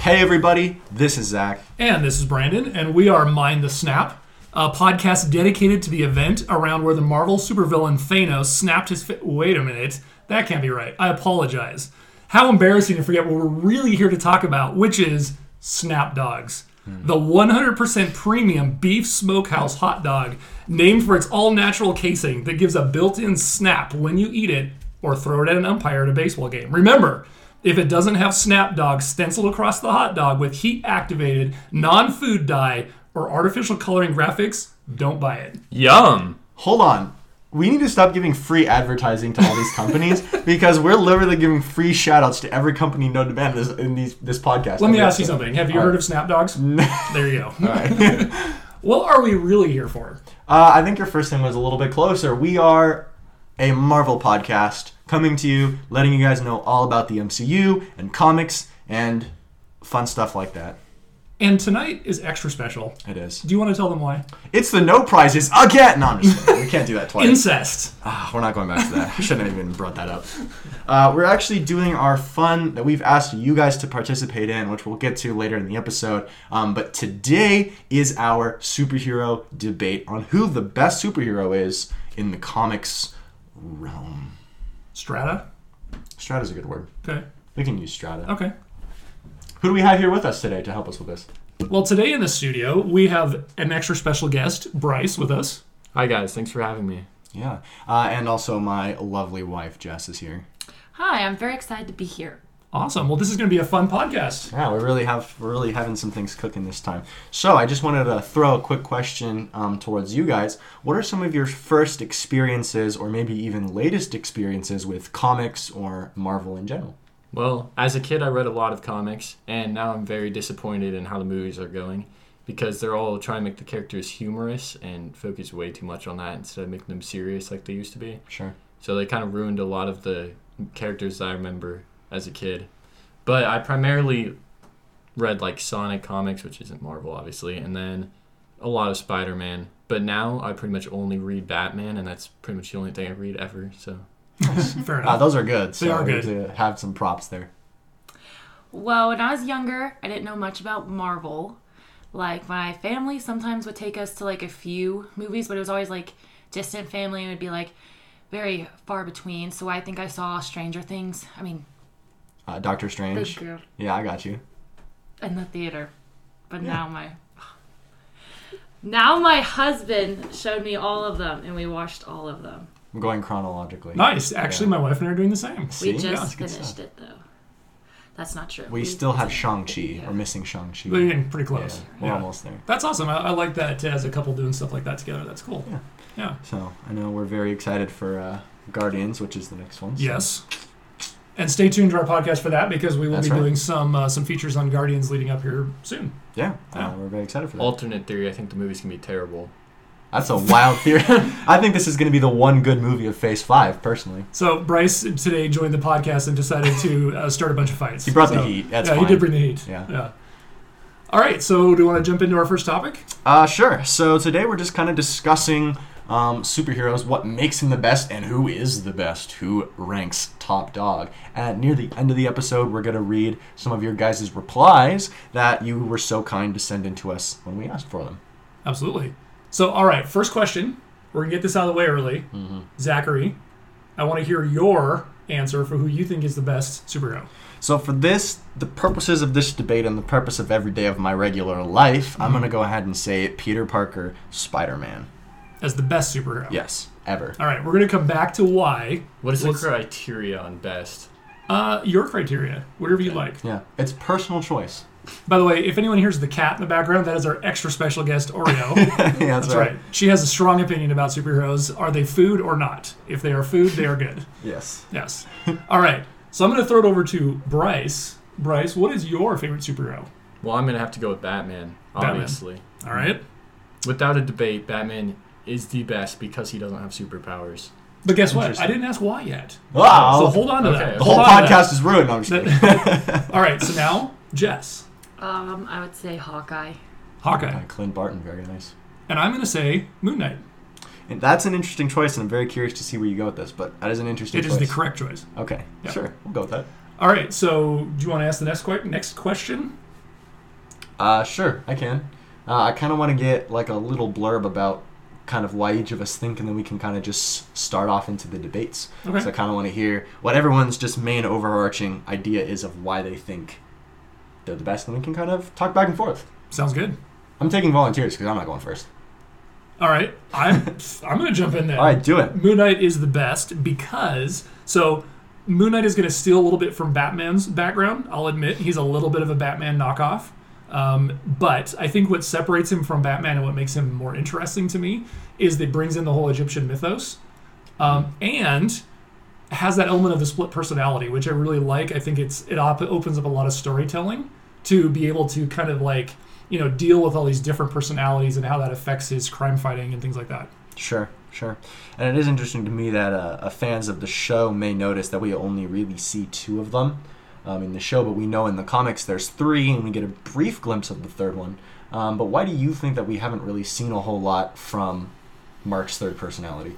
Hey, everybody, this is Zach. And this is Brandon, and we are Mind the Snap, a podcast dedicated to the event around where the Marvel supervillain Thanos snapped his. Fi- Wait a minute, that can't be right. I apologize. How embarrassing to forget what we're really here to talk about, which is Snap Dogs. The 100% premium beef smokehouse hot dog, named for its all natural casing that gives a built in snap when you eat it or throw it at an umpire at a baseball game. Remember, if it doesn't have snap dog stenciled across the hot dog with heat activated, non food dye, or artificial coloring graphics, don't buy it. Yum. Hold on. We need to stop giving free advertising to all these companies because we're literally giving free shout outs to every company known to man in this, in these, this podcast. Let me ask you something. Have you heard of snap dogs? There you go. something. What are we really here for? Uh, I think your first thing was a little bit closer. We are a Marvel podcast coming to you, letting you guys know all about the MCU and comics and fun stuff like that. And tonight is extra special. It is. Do you want to tell them why? It's the no prizes again. No, I'm just kidding. We can't do that twice. Incest. Ah, we're not going back to that. I shouldn't have even brought that up. Uh, we're actually doing our fun that we've asked you guys to participate in, which we'll get to later in the episode. Um, but today is our superhero debate on who the best superhero is in the comics realm. Strata. Strata's a good word. Okay. We can use Strata. Okay. Who do we have here with us today to help us with this? Well, today in the studio, we have an extra special guest, Bryce, with us. Hi guys, thanks for having me. Yeah. Uh, and also, my lovely wife, Jess, is here. Hi, I'm very excited to be here. Awesome. Well, this is going to be a fun podcast. Yeah, we really have we're really having some things cooking this time. So I just wanted to throw a quick question um, towards you guys. What are some of your first experiences, or maybe even latest experiences, with comics or Marvel in general? Well, as a kid, I read a lot of comics, and now I'm very disappointed in how the movies are going because they're all trying to make the characters humorous and focus way too much on that instead of making them serious like they used to be. Sure. So they kind of ruined a lot of the characters that I remember as a kid. But I primarily read like Sonic comics, which isn't Marvel, obviously, and then a lot of Spider Man. But now I pretty much only read Batman, and that's pretty much the only thing I read ever. So Fair Uh, enough. those are good. So They are we good. need to have some props there. Well, when I was younger, I didn't know much about Marvel. Like, my family sometimes would take us to like a few movies, but it was always like distant family and it'd be like very far between. So I think I saw Stranger Things, I mean, Uh, Doctor big Strange. girl Yeah, I got you. in the theater. But now my. Now my husband showed me all of them and we watched all of them. I'm going chronologically. nice. Actually, my wife and I are doing the same. See? we Yeah, just that's good finished stuff. it though. That's not true. We still have Shang Chi. Yeah. We're missing Shang Chi. But We're getting pretty Yeah, close. we're Yeah. almost there. That's awesome. I, I like that uh, as a couple doing stuff like that together. That's cool. Yeah. yeah. So I know we're very excited for uh, Guardians, which is the next one. so- Yes. And stay tuned to our podcast for that because we will That's be right. doing some uh, some features on Guardians leading up here soon. Yeah, uh, Yeah. we're very excited for that. alternate theory, I think the movie's gonna be terrible. That's a wild theory. I think this is going to be the one good movie of Phase Five, personally. So Bryce today joined the podcast and decided to uh, start a bunch of fights. He brought the So- heat. That's yeah, fine. he did bring the heat. Yeah. Yeah. All right. So do you want to jump into our first topic? Uh, sure. So today we're just kind of discussing um, superheroes, what makes them the best, and who is the best, who ranks top dog. At near the end of the episode, we're gonna read some of your guys' replies that you were so kind to send in to us when we asked for them. Absolutely. So all right. First question. We're gonna get this out of the way early. Mm-hmm. Zachary, I want to hear your answer for who you think is the best superhero. So for this, the purposes of this debate and the purpose of every day of my regular life, Mm-hmm. I'm gonna go ahead and say Peter Parker, Spider-Man. as the best superhero. Yes, ever. All right, we're gonna come back to why. What is Let's- the criteria on best? Uh, your criteria, whatever you like. Yeah, it's personal choice. By the way, if anyone hears the cat in the background, that is our extra special guest Oreo. yeah, that's, That's right. She has a strong opinion about superheroes. Are they food or not? If they are food, they are good. Yes. Yes. All right. So I'm gonna throw it over to Bryce. Bryce, what is your favorite superhero? Well, I'm gonna have to go with Batman, Batman. obviously. All right. Without a debate, Batman is the best because he doesn't have superpowers. But guess what? Interesting. I didn't ask why yet. Wow. So hold on to okay. that. Oh. the whole Hold on to podcast is ruined. No, I'm just that. kidding. All right. So now, Jess, Um, I would say Hawkeye. Hawkeye, Uh, Clint Barton, very nice. and I'm gonna say Moon Knight. And that's an interesting choice, and I'm very curious to see where you go with this. But that is an interesting. It choice. is the correct choice. Okay, Yeah. sure, we'll go with that. All right, so do you want to ask the next que- next question? Uh, sure, I can. Uh, I kind of want to get like a little blurb about kind of why each of us think, and then we can kind of just start off into the debates. Okay. So I kind of want to hear what everyone's just main overarching idea is of why they think they're the best, and we can kind of talk back and forth. Sounds good. I'm taking volunteers because I'm not going first. All right, I'm I'm gonna jump in there. All right, do it. Moon Knight is the best because so Moon Knight is going to steal a little bit from Batman's background. I'll admit he's a little bit of a Batman knockoff. Um, but I think what separates him from Batman and what makes him more interesting to me is that it brings in the whole Egyptian mythos um, and has that element of the split personality, which I really like. I think it's it op- opens up a lot of storytelling to be able to kind of like you know deal with all these different personalities and how that affects his crime fighting and things like that. Sure, sure. And it is interesting to me that uh, uh, fans of the show may notice that we only really see two of them um, in the show, but we know in the comics there's three, and we get a brief glimpse of the third one. Um, but why do you think that we haven't really seen a whole lot from Mark's third personality?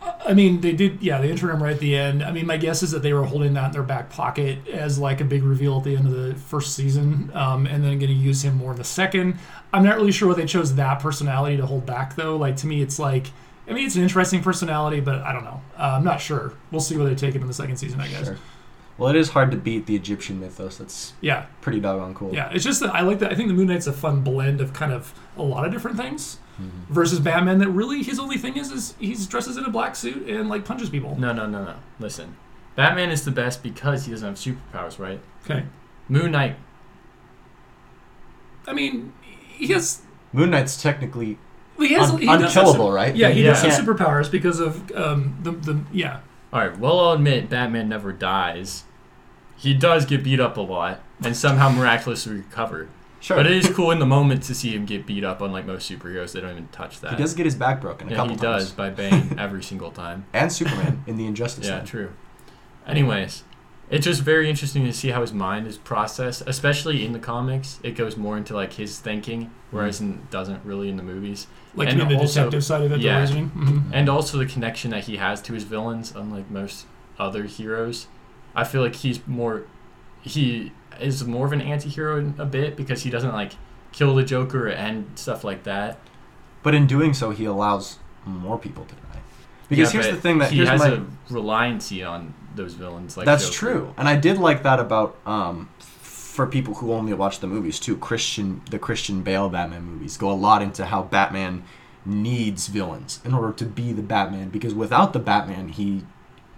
I mean, they did, yeah, they entered him right at the end. I mean, my guess is that they were holding that in their back pocket as like a big reveal at the end of the first season, um, and then going to use him more in the second. I'm not really sure why they chose that personality to hold back, though. Like, to me, it's like, I mean, it's an interesting personality, but I don't know. Uh, I'm not sure. We'll see where they take it in the second season, I guess. Sure. Well, it is hard to beat the Egyptian mythos. That's Yeah, pretty doggone cool. yeah. It's just that I like that. I think the Moon Knight's a fun blend of kind of a lot of different things versus Batman, that really his only thing is, is he dresses in a black suit and like punches people. No, no, no, no. Listen, Batman is the best because he doesn't have superpowers, right? Okay. Moon Knight. I mean, he has Moon Knight's technically Well, he has, Un- he does have unkillable, su- right? Yeah, he Yeah. does have Yeah. superpowers because of um, the the yeah. All right. Well, I'll admit Batman never dies. He does get beat up a lot and somehow miraculously recover. sure. But it is cool in the moment to see him get beat up. Unlike most superheroes, they don't even touch that. he does get his back broken a yeah, couple he times. does by Bane every single time. And Superman in the Injustice Yeah, League. true. Anyways, it's just very interesting to see how his mind is processed, especially in the comics. It goes more into like his thinking, Mm. whereas it doesn't really in the movies. Like And in the also- detective side of it, yeah. the reasoning. hmm And also the connection that he has to his villains, unlike most other heroes. I feel like he's more he is more of an anti-hero in- a bit because he doesn't like kill the Joker and stuff like that. But in doing so, he allows more people to die. Because Yeah, here's but the thing that he here's has my, a reliancy on those villains like That's Joker. true, and I did like that about um, for people who only watch the movies too. Christian, the Christian Bale Batman movies go a lot into how Batman needs villains in order to be the Batman, because without the Batman, he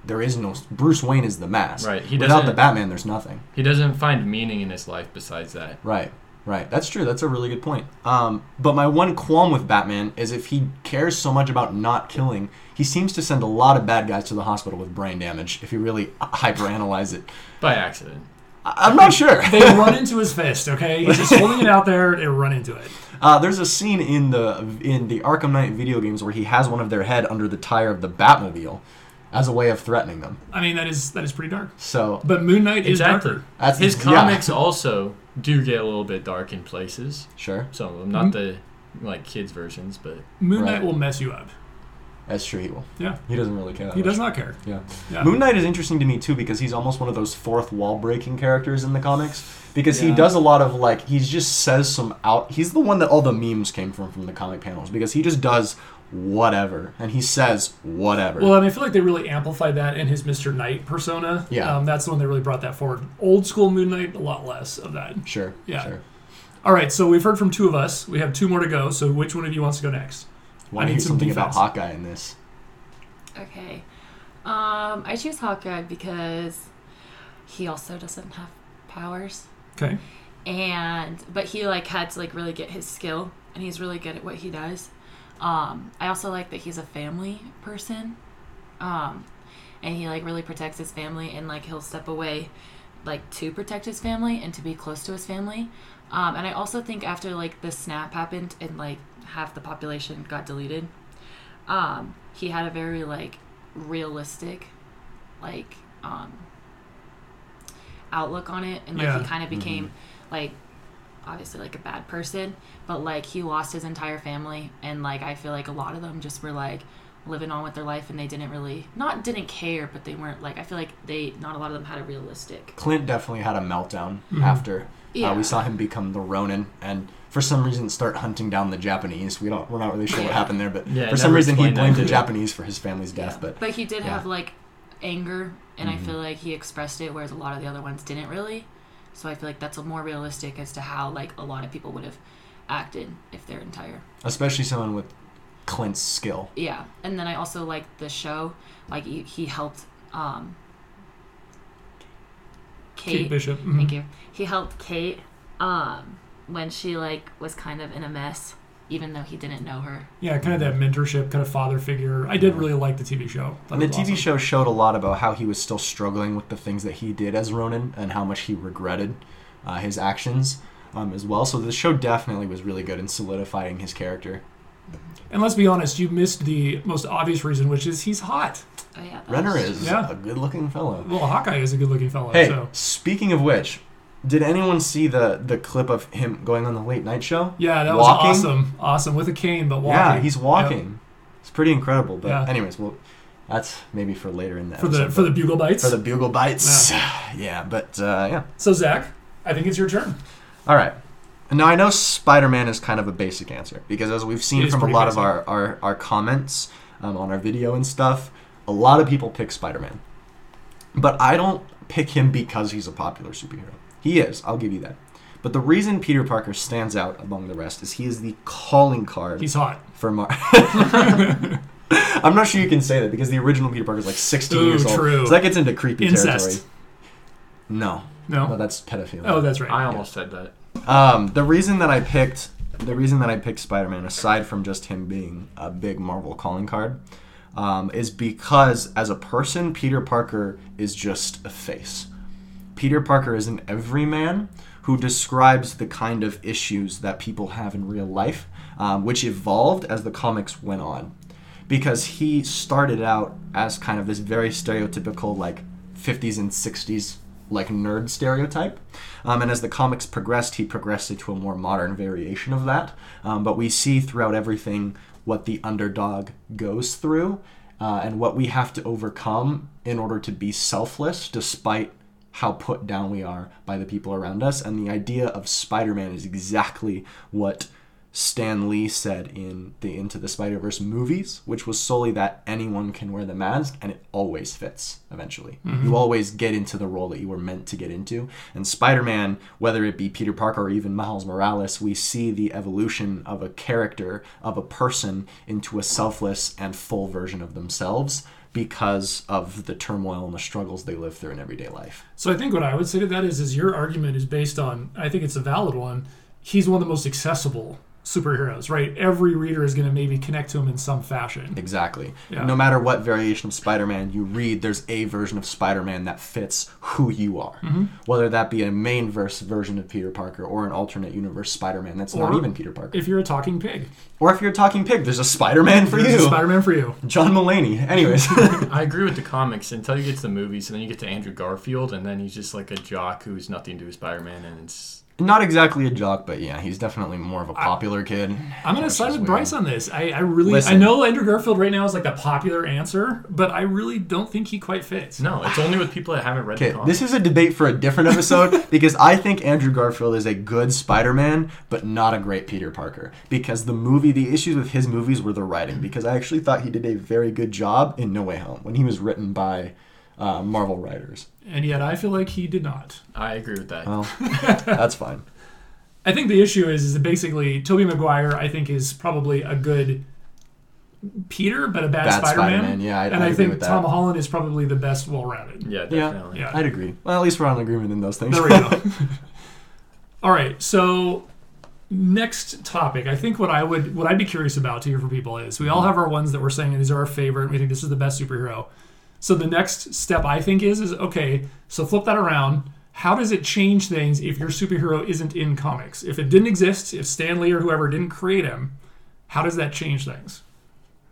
there is no Bruce Wayne is the mask. Right, he without doesn't- the Batman, there's nothing. He doesn't find meaning in his life besides that. Right, right. That's true. That's a really good point. Um, but my one qualm with Batman is if he cares so much about not killing, he seems to send a lot of bad guys to the hospital with brain damage. If you really hyperanalyze it, By accident. I- I'm not sure. they run into his fist. Okay, he's just holding it out there. They run into it. Uh, there's a scene in the in the Arkham Knight video games where he has one of their head under the tire of the Batmobile as a way of threatening them. I mean, that is that is pretty dark. So But Moon Knight is Exactly. darker. that's His yeah, comics also do get a little bit dark in places. Sure, Some of Mm-hmm. them, not the like kids versions, but Moon Right. Knight will mess you up. that's true. He will. Yeah, He doesn't really care. That he much. does not care. Yeah. Yeah. Moon Knight is interesting to me too because he's almost one of those fourth wall breaking characters in the comics because he Yeah. does a lot of like he just says some out. He's the one that all the memes came from from the comic panels because he just does whatever and he says whatever. Well, and I feel like they really amplified that in his Mister Knight persona. Yeah. um, that's the one they really brought that forward. Old school Moon Knight, a lot less of that. sure. Yeah. Sure. All right, so we've heard from two of us. We have two more to go. So which one of you wants to go next? Why I do you hear need some something about defense. Hawkeye in this? Okay. Um, I choose Hawkeye because he also doesn't have powers, Okay. and but he like had to like really get his skill, and he's really good at what he does. Um, I also like that he's a family person, um, and he like really protects his family, and like he'll step away, like to protect his family and to be close to his family. Um, and I also think after like the snap happened and like half the population got deleted, um, he had a very like realistic like um, outlook on it and like Yeah. he Mm-hmm. kind of became like obviously like a bad person but like he lost his entire family and like i feel like a lot of them just were like living on with their life and they didn't really not didn't care but they weren't like i feel like they not a lot of them had a realistic Mm-hmm. Clint definitely had a meltdown after. Uh, Yeah. we saw him become the Ronin, and for some reason start hunting down the Japanese. We don't, we're not really sure what Yeah. happened there, but Yeah, for some never reason he explained that blamed the clearly. Japanese for his family's death. But But he Yeah. did Mm-hmm. have like anger, and I feel like he expressed it, whereas a lot of the other ones didn't really. So I feel like that's a more realistic as to how like a lot of people would have acted if their entire especially someone with Clint's skill. yeah. And then I also like the show, like he, he helped um, Kate, Kate. Bishop. mhm. Thank you. He helped Kate um, when she like was kind of in a mess, even though he didn't know her. Yeah, kind of that mentorship, kind of father figure. I did really like the TV show. That And the was TV awesome. show showed a lot about how he was still struggling with the things that he did as Ronin and how much he regretted uh, his actions um, as well. So the show definitely was really good in solidifying his character. And let's be honest, you missed the most obvious reason, which is he's hot. Oh yeah. that Renner was- is Yeah. a good-looking fellow. Well, Hawkeye is a good-looking fellow. Hey, So. speaking of which, did anyone see the the clip of him going on the late night show? Yeah, that Walking? was awesome. Awesome with a cane, but walking. Yeah, he's walking. It's pretty incredible. But Yeah. anyways, well, that's maybe for later in the for the episode, for the but- bugle bites. for the bugle bites. Yeah, but uh, yeah. so Zach, I think it's your turn. All right. Now I know Spider-Man is kind of a basic answer because as we've It seen is from a pretty lot basic. of our our, our comments um, on our video and stuff, a lot of people pick Spider-Man, but I don't pick him because he's a popular superhero. He is. I'll give you that. But the reason Peter Parker stands out among the rest is he is the calling card He's hot. for Mar. I'm not sure you can say that because the original Peter Parker is like 16 Ooh, years old, true. so that gets into creepy Incest. territory. No, no, No. that's pedophilia. Oh, that's right. I almost said that. Um, the reason that I picked the reason that I picked Spider-Man, aside from just him being a big Marvel calling card, um, is because as a person, Peter Parker is just a face. Peter Parker is an everyman who describes the kind of issues that people have in real life, um, which evolved as the comics went on. Because he started out as kind of this very stereotypical, like 50s and 60s, like nerd stereotype. Um, and as the comics progressed, he progressed into a more modern variation of that. Um, but we see throughout everything what the underdog goes through uh, and what we have to overcome in order to be selfless despite how put down we are by the people around us. And the idea of Spider Man is exactly what Stan Lee said in the Into the Spider Verse movies, which was solely that anyone can wear the mask and it always fits eventually. You always get into the role that you were meant to get into. And Spider Man, whether it be Peter Parker or even Miles Morales, we see the evolution of a character, of a person, into a selfless and full version of themselves because of the turmoil and the struggles they live through in everyday life. So I think what I would say to that is, is your argument is based on. I think it's a valid one. He's one of the most accessible superheroes, right? Every reader is going to maybe connect to him in some fashion. Exactly. Yeah. No matter what variation of Spider Man you read, there's a version of Spider Man that fits who you are. Mm-hmm. Whether that be a main verse version of Peter Parker or an alternate universe Spider Man that's not Or- even Peter Parker. If you're a talking pig, or if you're a talking pig, there's a Spider Man for you. there's a Spider-Man for you. John Mulaney. Anyways. I agree with the comics until you get to the movies, and then you get to Andrew Garfield, and then he's just like a jock who's nothing to do with Spider-Man, and it's not exactly a jock, but yeah, he's definitely more of a popular kid. I'm gonna Which side is with weird. Bryce on this. I, I really, I Listen. know Andrew Garfield right now is like the popular answer, but I really don't think he quite fits. no, it's only with people that haven't read the Okay, comics. this is a debate for a different episode because I think Andrew Garfield is a good Spider-Man, but not a great Peter Parker. Because the movie, the issues with his movies were the writing. Because I actually thought he did a very good job in No Way Home when he was written by uh, Marvel writers. And yet, I feel like he did not. I agree with that. Well, that's fine. I think the issue is, is that basically Tobey Maguire. I think is probably a good Peter, but a bad, Bad Spider-Man. Spider-Man, yeah, I- and I I, agree think with that. Tom Holland is probably the best well-rounded. yeah, Yeah. definitely. Yeah. I'd agree. Well, at least we're on agreement in those things. There we go. All right. So next topic. I think what I would what I'd be curious about to hear from people is we all have our ones that we're saying these are our favorite. and We think this is the best superhero. So the next step I think is is okay. So flip that around. How does it change things if your superhero isn't in comics? If it didn't exist, if Stan Lee or whoever didn't create him, how does that change things?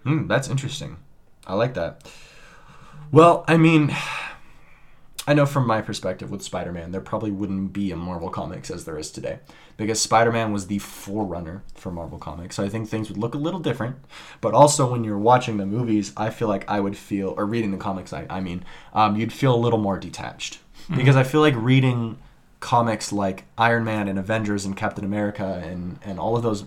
Hmm, that's interesting. I like that. Well, I mean, I know from my perspective with Spider Man, there probably wouldn't be a Marvel Comics as there is today because Spider Man was the forerunner for Marvel Comics. So I think things would look a little different. But also, when you're watching the movies, I feel like I would feel, or reading the comics, I, I mean, um, you'd feel a little more detached because I feel like reading comics like Iron Man and Avengers and Captain America and and all of those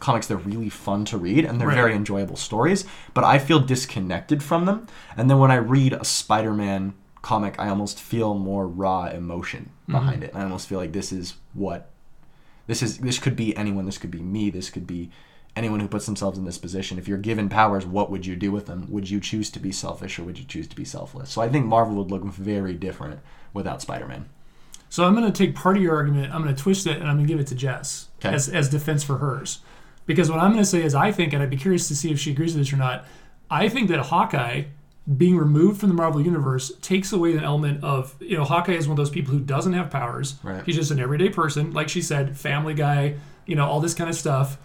comics they're really fun to read and they're Right. very enjoyable stories but i feel disconnected from them and then when i read a spider-man comic i almost feel more raw emotion behind it i almost feel like this is what this is this could be anyone this could be me this could be anyone who puts themselves in this position if you're given powers what would you do with them would you choose to be selfish or would you choose to be selfless so i think marvel would look very different without spider-man So I'm going to take part of your argument, I'm going to twist it, and I'm going to give it to Jess Okay. as, as defense for hers. Because what I'm going to say is, I think, and I'd be curious to see if she agrees with this or not, I think that Hawkeye being removed from the Marvel Universe takes away an element of, you know, Hawkeye is one of those people who doesn't have powers. Right. He's just an everyday person, like she said, family guy, you know, all this kind of stuff.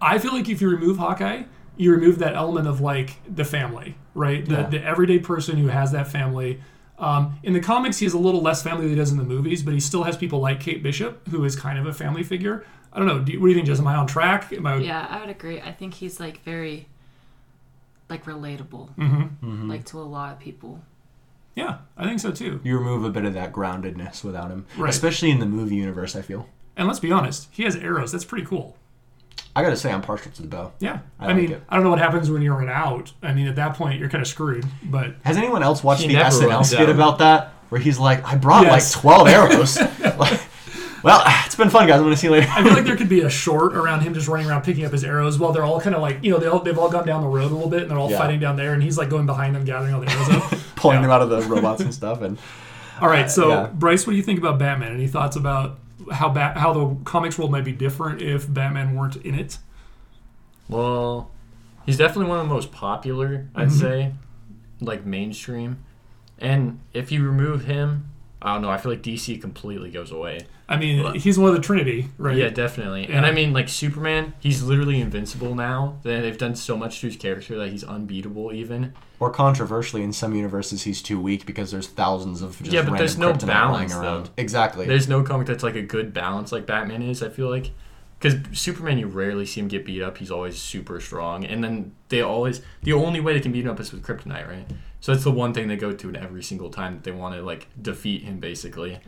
I feel like if you remove Hawkeye, you remove that element of like the family, right? The, Yeah. the everyday person who has that family. Um, in the comics, he has a little less family than he does in the movies, but he still has people like Kate Bishop, who is kind of a family figure. I don't know. Do you, what do you think, Jess? Am I on track? Am I, Yeah, I would agree. I think he's like very like relatable. Mm-hmm. Like to a lot of people. Yeah, I think so too. you remove a bit of that groundedness without him Right. especially in the movie universe i feel And let's be honest, he has arrows. That's pretty cool. i gotta say i'm partial to the bow Yeah. I I, like mean, it. I don't know what happens when you're an out. I mean, at that point, you're kind of screwed. But Has anyone else watched He the never SNL runs skit out. about that? Where he's like, I brought Yes. like 12 arrows. Like, well, it's been fun, guys. I'm going to see you later. I feel like there could be a short around him just running around picking up his arrows while they're all kind of like, you know, they all, they've all gone down the road a little bit and they're all Yeah. fighting down there, and he's like going behind them, gathering all the arrows up. Pulling them out of the robots and stuff. And All right, so yeah. Bryce, what do you think about Batman? Any thoughts about how ba- how the comics world might be different if Batman weren't in it? Well, he's definitely one of the most popular, I'd Mm-hmm. say, like mainstream. And if you remove him, I don't know. I feel like DC completely goes away. I mean, he's one of the Trinity, right? Yeah, definitely. And Yeah. I mean, like Superman, he's literally invincible now. They- They've done so much to his character that he's unbeatable. Even Or controversially, in some universes, he's too weak because there's thousands of just Yeah, but random there's no kryptonite balance, lying around. though. Exactly. there's no comic that's like a good balance like Batman is. I feel like because Superman, you rarely see him get beat up. He's always super strong, and then they always the only way they can beat him up is with kryptonite, right? So that's the one thing they go to in every single time that they want to like defeat him, basically.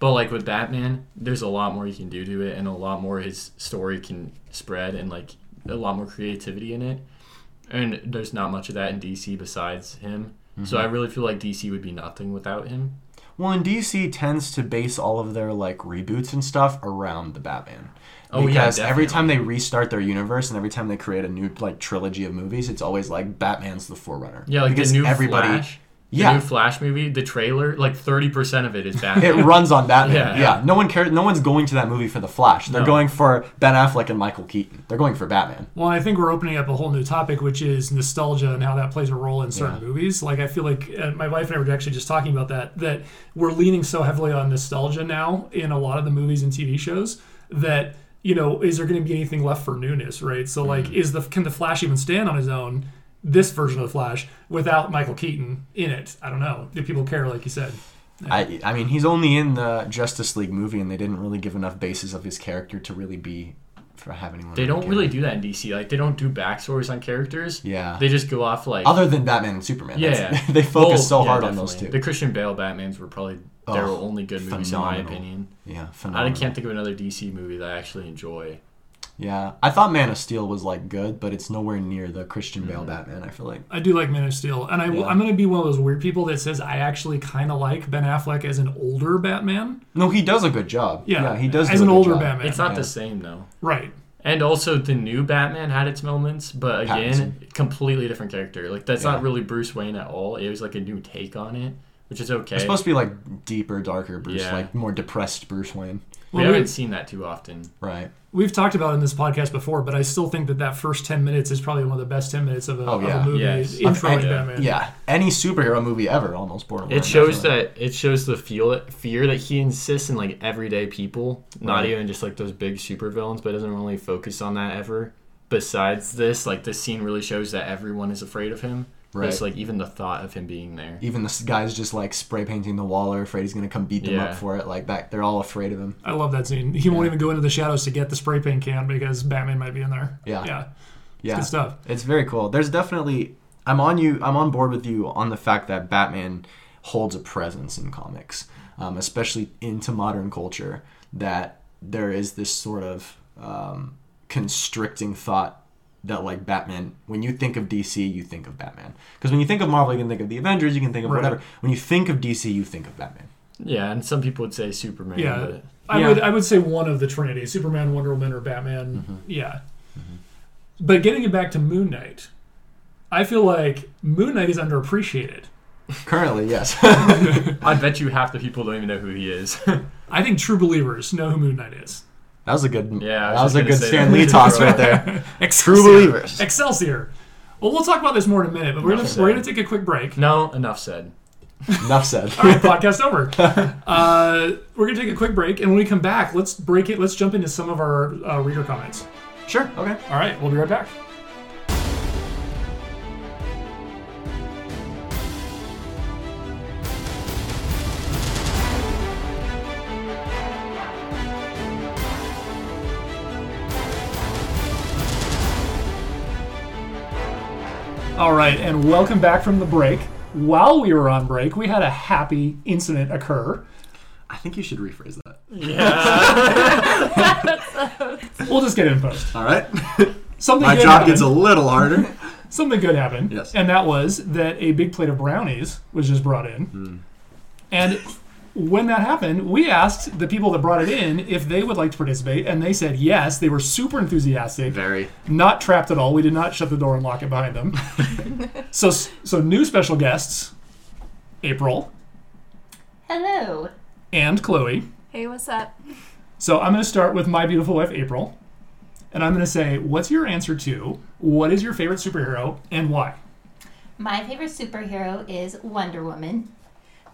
But like with Batman, there's a lot more you can do to it, and a lot more his story can spread, and like a lot more creativity in it. And there's not much of that in DC besides him. So I really feel like DC would be nothing without him. Well, and DC tends to base all of their like reboots and stuff around the Batman. Oh, yeah, because every definitely. time they restart their universe and every time they create a new like trilogy of movies, it's always like Batman's the forerunner. Yeah, like because the new everybody Flash. Yeah. The new Flash movie, the trailer, like 30% of it is Batman. it runs on Batman. Yeah, Yeah. no one cares. No one's going to that movie for the Flash. They're No. going for Ben Affleck and Michael Keaton. They're going for Batman. Well, I think we're opening up a whole new topic, which is nostalgia and how that plays a role in certain movies. Like, I feel like uh, my wife and I were actually just talking about that, that we're leaning so heavily on nostalgia now in a lot of the movies and TV shows that, you know, is there going to be anything left for newness, right? So, like, is the can the Flash even stand on his own, this version of the Flash, without Michael Keaton in it? I don't know. Do people care, like you said? I, I mean, he's only in the Justice League movie, and they didn't really give enough basis of his character to really be for have anyone. they don't give really him- do that in DC. Like, they don't do backstories on characters. Yeah. They just go off, like. Other than Batman and Superman, yeah. That's- they focus Well, so yeah, hard on those two. definitely. The Christian Bale Batmans were probably their Oh, only good movies, in phenomenal. my opinion. yeah, I phenomenal. can't think of another DC movie that I actually enjoy. Yeah, I thought Man of Steel was like good, but it's nowhere near the Christian Bale Mm-hmm. Batman. I feel like I do like Man of Steel, and I, Yeah. I'm going to be one of those weird people that says I actually kind of like Ben Affleck as an older Batman. no, he does a good job. Yeah, he does as do a an good older job. Batman. It's not yeah. the same, though. right. And also, the new Batman had its moments, but again, completely different character. Like, that's not Yeah. really Bruce Wayne at all. It was like a new take on it, which is okay. It's supposed to be like deeper, darker Bruce, Yeah. like more depressed Bruce Wayne, we Well, we- haven't seen that too often. right? We've talked about it in this podcast before, but I still think that that first ten minutes is probably one of the best ten minutes of a, Oh, of a yeah. movie. Yes. Intro And- to Batman. Yeah, any superhero movie ever, almost borderline. It shows definitely. that it shows the feel, fear that he insists in like everyday people, not even just like those big supervillains, but doesn't really focus on that ever. Besides this, like this scene really shows that everyone is afraid of him. Right. Right. It's like even the thought of him being there. even the s- guys just like spray painting the wall are afraid he's gonna come beat them Yeah. up for it. Like that, they're all afraid of him. I love that scene. He won't even go into the shadows to get the spray paint can because Batman might be in there. Yeah. yeah, Yeah, good stuff. It's very cool. There's definitely I'm on you. I'm on board with you on the fact that Batman holds a presence in comics. um, especially into modern culture, that there is this sort of um, constricting thought that like Batman. When you think of DC, you think of Batman. Because when you think of Marvel, you can think of the Avengers, you can think of Right. whatever. When you think of DC, you think of Batman. Yeah, and some people would say Superman. Yeah. But I Yeah. would I would say one of the Trinity: Superman, Wonder Woman, or Batman. Mm-hmm. Yeah. But getting it back to Moon Knight, I feel like Moon Knight is underappreciated. Currently, yes. I bet you half the people don't even know who he is. I think true believers know who Moon Knight is. That was a good. Yeah, I that was was a just gonna good say Stan that. Lee toss right there. Excelsior. believers. Excelsior. Well, we'll talk about this more in a minute, but we're Enough gonna said. we're gonna take a quick break. no, enough said. Enough said. All right, podcast over. Uh, we're gonna take a quick break, and when we come back, let's break it. Let's jump into some of our uh, reader comments. Sure. Okay. All right, we'll be right back. All right, and welcome back from the break. While we were on break, we had a happy incident occur. I think you should rephrase that. We'll just get it in post. All right. Something My good job happened. gets a little harder. something good happened. Yes. And that was that a big plate of brownies was just brought in. And when that happened, we asked the people that brought it in if they would like to participate, and they said yes. They were super enthusiastic, Very. not trapped at all. We did not shut the door and lock it behind them. so, so new special guests, April Hello. and Chloe. Hey, what's up? So I'm going to start with my beautiful wife, April, and I'm going to say, what's your answer to what is your favorite superhero and why? My favorite superhero is Wonder Woman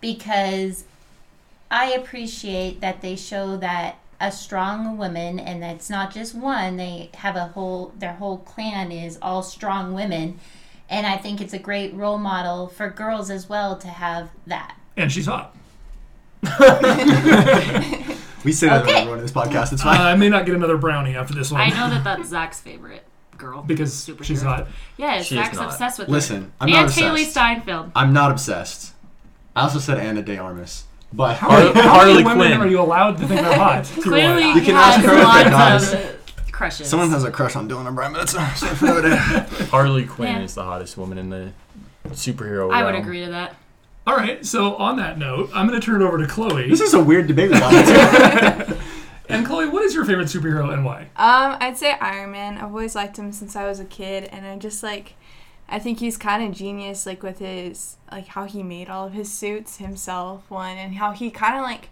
because I appreciate that they show that a strong woman and that's not just one, they have a whole their whole clan is all strong women and I think it's a great role model for girls as well to have that. And she's hot. We say that to Okay. everyone in this podcast. It's Uh, fine. I may not get another brownie after this one. I know that that's Zach's favorite girl Because superhero. she's hot. Yeah, She is Zach's not. obsessed with her. Listen, I'm and not Haley obsessed. Steinfeld. I'm not obsessed. I also said Anna De Armas, but How many- how many Harley women Quinn. are you allowed to think they're hot? Clearly, You he can ask has her if they're lots of crushes. someone has a crush on Dylan O'Brien, but that's not that's for another day. Harley Quinn Yeah. is the hottest woman in the superhero I would realm. agree to that. All right. So on that note, I'm going to turn it over to Chloe. This is a weird debate we're having. And Chloe, what is your favorite superhero and why? Um, I'd say Iron Man. I've always liked him since I was a kid, and I just like, I think he's kind of genius, like with his like how he made all of his suits himself, one, and how he kind of like,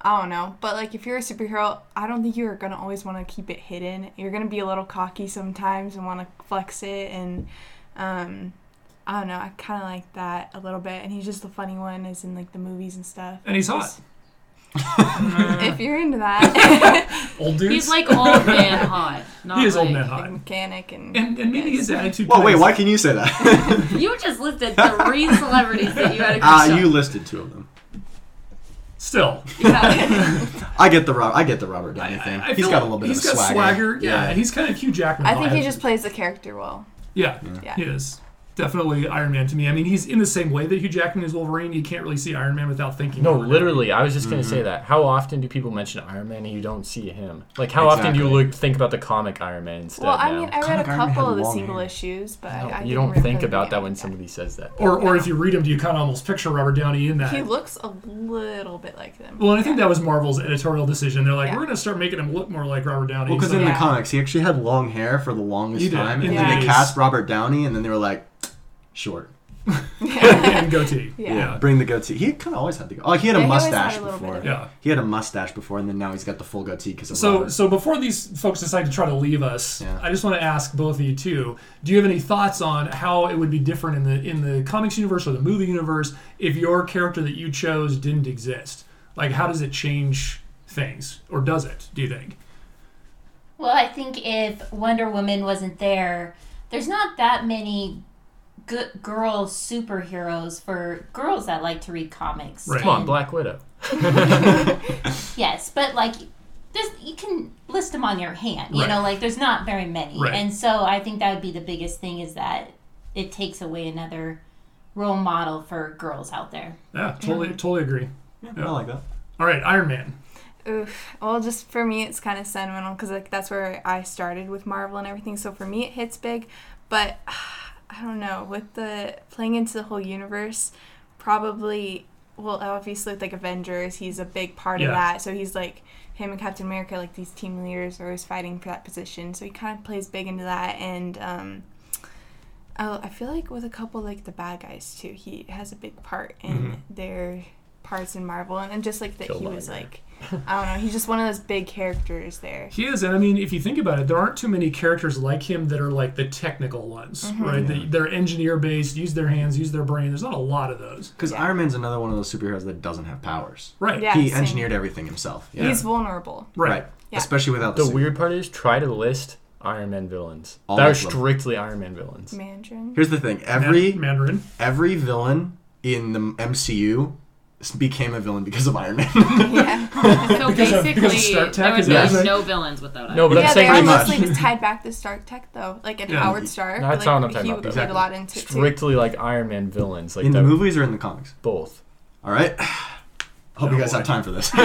I don't know, but like if you're a superhero, I don't think you're gonna always want to keep it hidden. You're gonna be a little cocky sometimes and want to flex it, and um, I don't know. I kind of like that a little bit, and he's just the funny one, as in like the movies and stuff. And he's hot. If you're into that, Old dudes. He's like old man hot. Not he is old like- man like hot. mechanic and And, and maybe his attitude. Well, Oh, wait, plays- why can you say that? You just listed three celebrities that you had a crush Ah, on. you listed two of them. Still, Yeah. I get the Rob. I get the Robert Downey thing. I he's feel got a little bit he's of a got swagger. Yeah, he's kind of Hugh Jackman. I think he vibes. just plays the character well. Yeah, Yeah. he is. Definitely Iron Man to me. I mean, he's in the same way that Hugh Jackman is Wolverine. You can't really see Iron Man without thinking. No, Wolverine. literally, I was just gonna Mm-hmm. say that. How often do people mention Iron Man and you don't see him? Like, how often do you Exactly. look think about the comic Iron Man instead? Well, I now? mean, I read a Comic Iron Man couple had of the long single hair. issues, but No, I you didn't don't remember think the about that name. when Yeah. somebody says that. Or, or if you read him, do you kind of almost picture Robert Downey in that? He looks a little bit like them. Well, and I think that was Marvel's editorial decision. They're like, Yeah. we're going to start making him look more like Robert Downey. Well, because So- in the Yeah. comics, he actually had long hair for the longest He did. time, and Yeah. then they Nice. cast Robert Downey, and then they were like, short. and goatee. Yeah. Yeah. Bring the goatee. He kind of always had the goatee. Oh, he had a Yeah, he always had a mustache little bit before. of it. Yeah. He had a mustache before, and then now he's got the full goatee because of So, Robert. so before these folks decide to try to leave us, Yeah. I just want to ask both of you two: Do you have any thoughts on how it would be different in the in the comics universe or the movie universe if your character that you chose didn't exist? Like, how does it change things, or does it? Do you think? Well, I think if Wonder Woman wasn't there, there's not that many good girl superheroes for girls that like to read comics. Right. Come on, Black Widow. Yes, but like there's you can list them on your hand. You Right. know, like there's not very many. Right. And so I think that would be the biggest thing is that it takes away another role model for girls out there. Yeah, totally, totally agree. I like that. All right, Iron Man. Oof. Well, just for me, it's kind of sentimental because like that's where I started with Marvel and everything. So for me, it hits big, but I don't know with the playing into the whole universe. Probably, well, obviously with like Avengers, he's a big part Yeah. of that. So he's like him and Captain America, like these team leaders, are always fighting for that position. So he kind of plays big into that, and um, oh, I feel like with a couple like the bad guys too, he has a big part in Mm-hmm. their parts in Marvel, and, and just like that he was Killmonger. like. I don't know. He's just one of those big characters there. He is, and I mean, if you think about it, there aren't too many characters like him that are like the technical ones, right? They, they're engineer based, use their hands, use their brain. There's not a lot of those, Because Iron Man's another one of those superheroes that doesn't have powers. right? Yeah, he same. engineered everything himself. Yeah. He's vulnerable. right. Yeah. Especially without the, The suit. weird part is try to list Iron Man villains. All that are of them. strictly Iron Man villains. Mandarin. Here's the thing: Man- every Mandarin. every villain in the MCU s- became a villain because of Iron Man. So Because of- basically, because of Stark Tech there would is be amazing. no villains without us. No, but yeah, I'm they saying are Pretty much. mostly just tied back to Stark Tech though, like in Yeah. Howard Stark. No, that's like, what I'm talking he about, played exactly. a lot into it, too. strictly like Iron Man villains. Like in the they're movies or in the comics. both. All right. Hope you guys have time for this.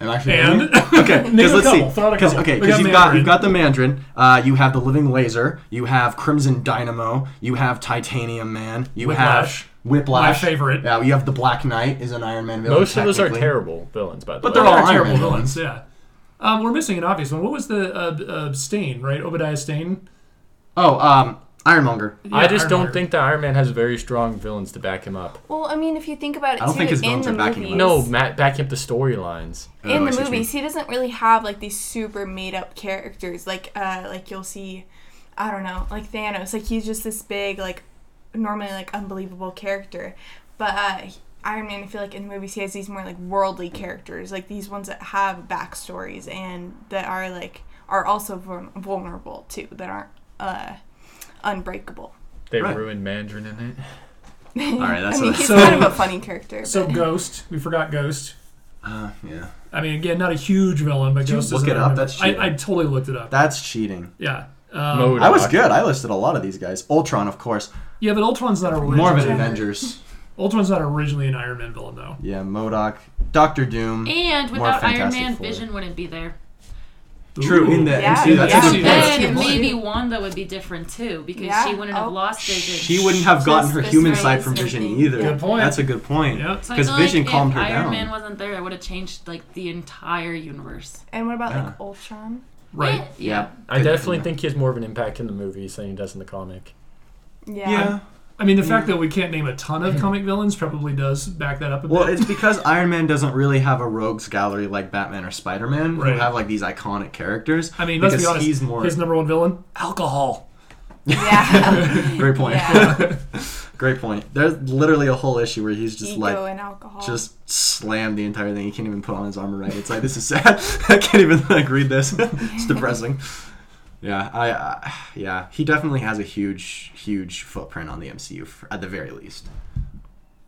I'm actually And- okay. Name Because a let's see. couple, throw out a 'Cause- couple. okay, We because got you've got Mandarin. you've got the Mandarin. Uh, you have the Living Laser. You have Crimson Dynamo. You have Titanium Man. You Whiplash. have Whiplash. My favorite. Yeah. You have the Black Knight is an Iron Man villain. Most of those are technically. terrible villains, by the But way. they're all Iron terrible Man villains. Yeah. Um, we're missing an obvious one. What was the uh, uh, Stain, right? Obadiah Stain. Oh, um, Ironmonger. I Yeah, just Iron don't Monger. think that Iron Man has very strong villains to back him up. Well, I mean, if you think about it, I don't too, think his in villains the are backing him movies, up. No, Matt, back up the storylines. I don't know, in Oh, I see what the you movies, he doesn't really have like these super made up characters. Like, uh, like you'll see, I don't know, like Thanos. Like he's just this big, like normally like unbelievable character, but uh, he- Iron Man. I feel like in the movies he has these more like worldly characters, like these ones that have backstories and that are like are also vul- vulnerable too, that aren't uh, unbreakable. They Right. ruined Mandarin in it. All right, that's I mean, what. he's So- kind of a funny character. So but- Ghost. We forgot Ghost. Uh, yeah, I mean, again, not a huge villain, but you Ghost look is it another up? one. That's cheating. I, I totally looked it up. that's cheating. yeah. Um, Modok. I was good. I listed a lot of these guys. Ultron, of course, Yeah, but Ultron's not originally. more of an Avengers. Ultron's not originally an Iron Man villain, though. Yeah, Modoc, Doctor Doom. And More without Iron Fantastic Man, Four. Vision wouldn't be there. True. Ooh. In the Yeah, MCU, that's yeah. a good That's point. a good Then point. maybe Wanda would be different too, because Yeah. she wouldn't have Oh. lost Vision. She wouldn't have gotten her this human race side from and Vision thing. either. Good point. That's a good point. Yeah. So I Because feel Vision like calmed if her Iron down. Man wasn't there, it would have changed like the entire universe. and what about Yeah. like Ultron? Right. yeah, I definitely think he has more of an impact in the movies than he does in the comic. Yeah. I mean, the fact that we can't name a ton of comic villains probably does back that up a bit. Well, it's because Iron Man doesn't really have a rogues gallery like Batman or Spider Man, Right. who have like these iconic characters. I mean, let's because be honest. he's more. His number one villain, alcohol. Yeah, Great point. Yeah. Great point. There's literally a whole issue where he's just ego like and alcohol. just slammed the entire thing. He can't even put on his armor right. It's like this is sad. I can't even like read this. it's depressing. Yeah, I uh, yeah, he definitely has a huge huge footprint on the MCU f at the very least.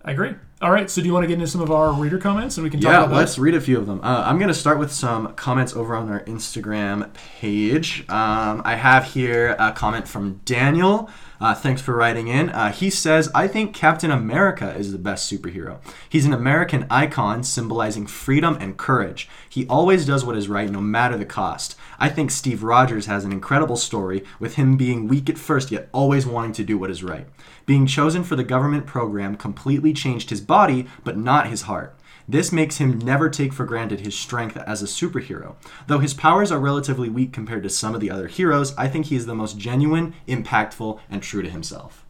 I agree. All right, so do you want to get into some of our reader comments and we can talk Yeah, about let's read a few of them. Uh, I'm going to start with some comments over on our Instagram page. Um, I have here a comment from Daniel. Uh, thanks for writing in. Uh, he says, I think Captain America is the best superhero. He's an American icon symbolizing freedom and courage. He always does what is right no matter the cost. I think Steve Rogers has an incredible story with him being weak at first yet always wanting to do what is right. Being chosen for the government program completely changed his body, but not his heart. This makes him never take for granted his strength as a superhero. Though his powers are relatively weak compared to some of the other heroes, I think he is the most genuine, impactful, and true to himself. that.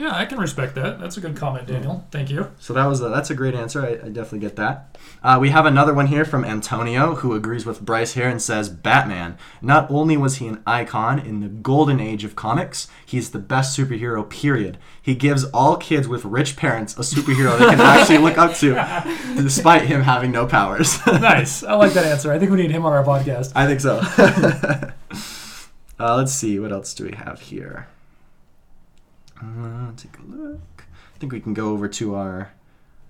Yeah, I can respect that. That's a good comment, Daniel. Thank you. So that was a, that's a great answer. I, I definitely get that. Uh, we have another one here from Antonio, who agrees with Bryce here and says, "Batman. Not only was he an icon in the golden age of comics, he's the best superhero. Period. He gives all kids with rich parents a superhero they can actually look up to, despite him having no powers." Nice. I like that answer. I think we need him on our podcast. I think so. uh, let's see, what else do we have here? Uh, take a look. I think we can go over to our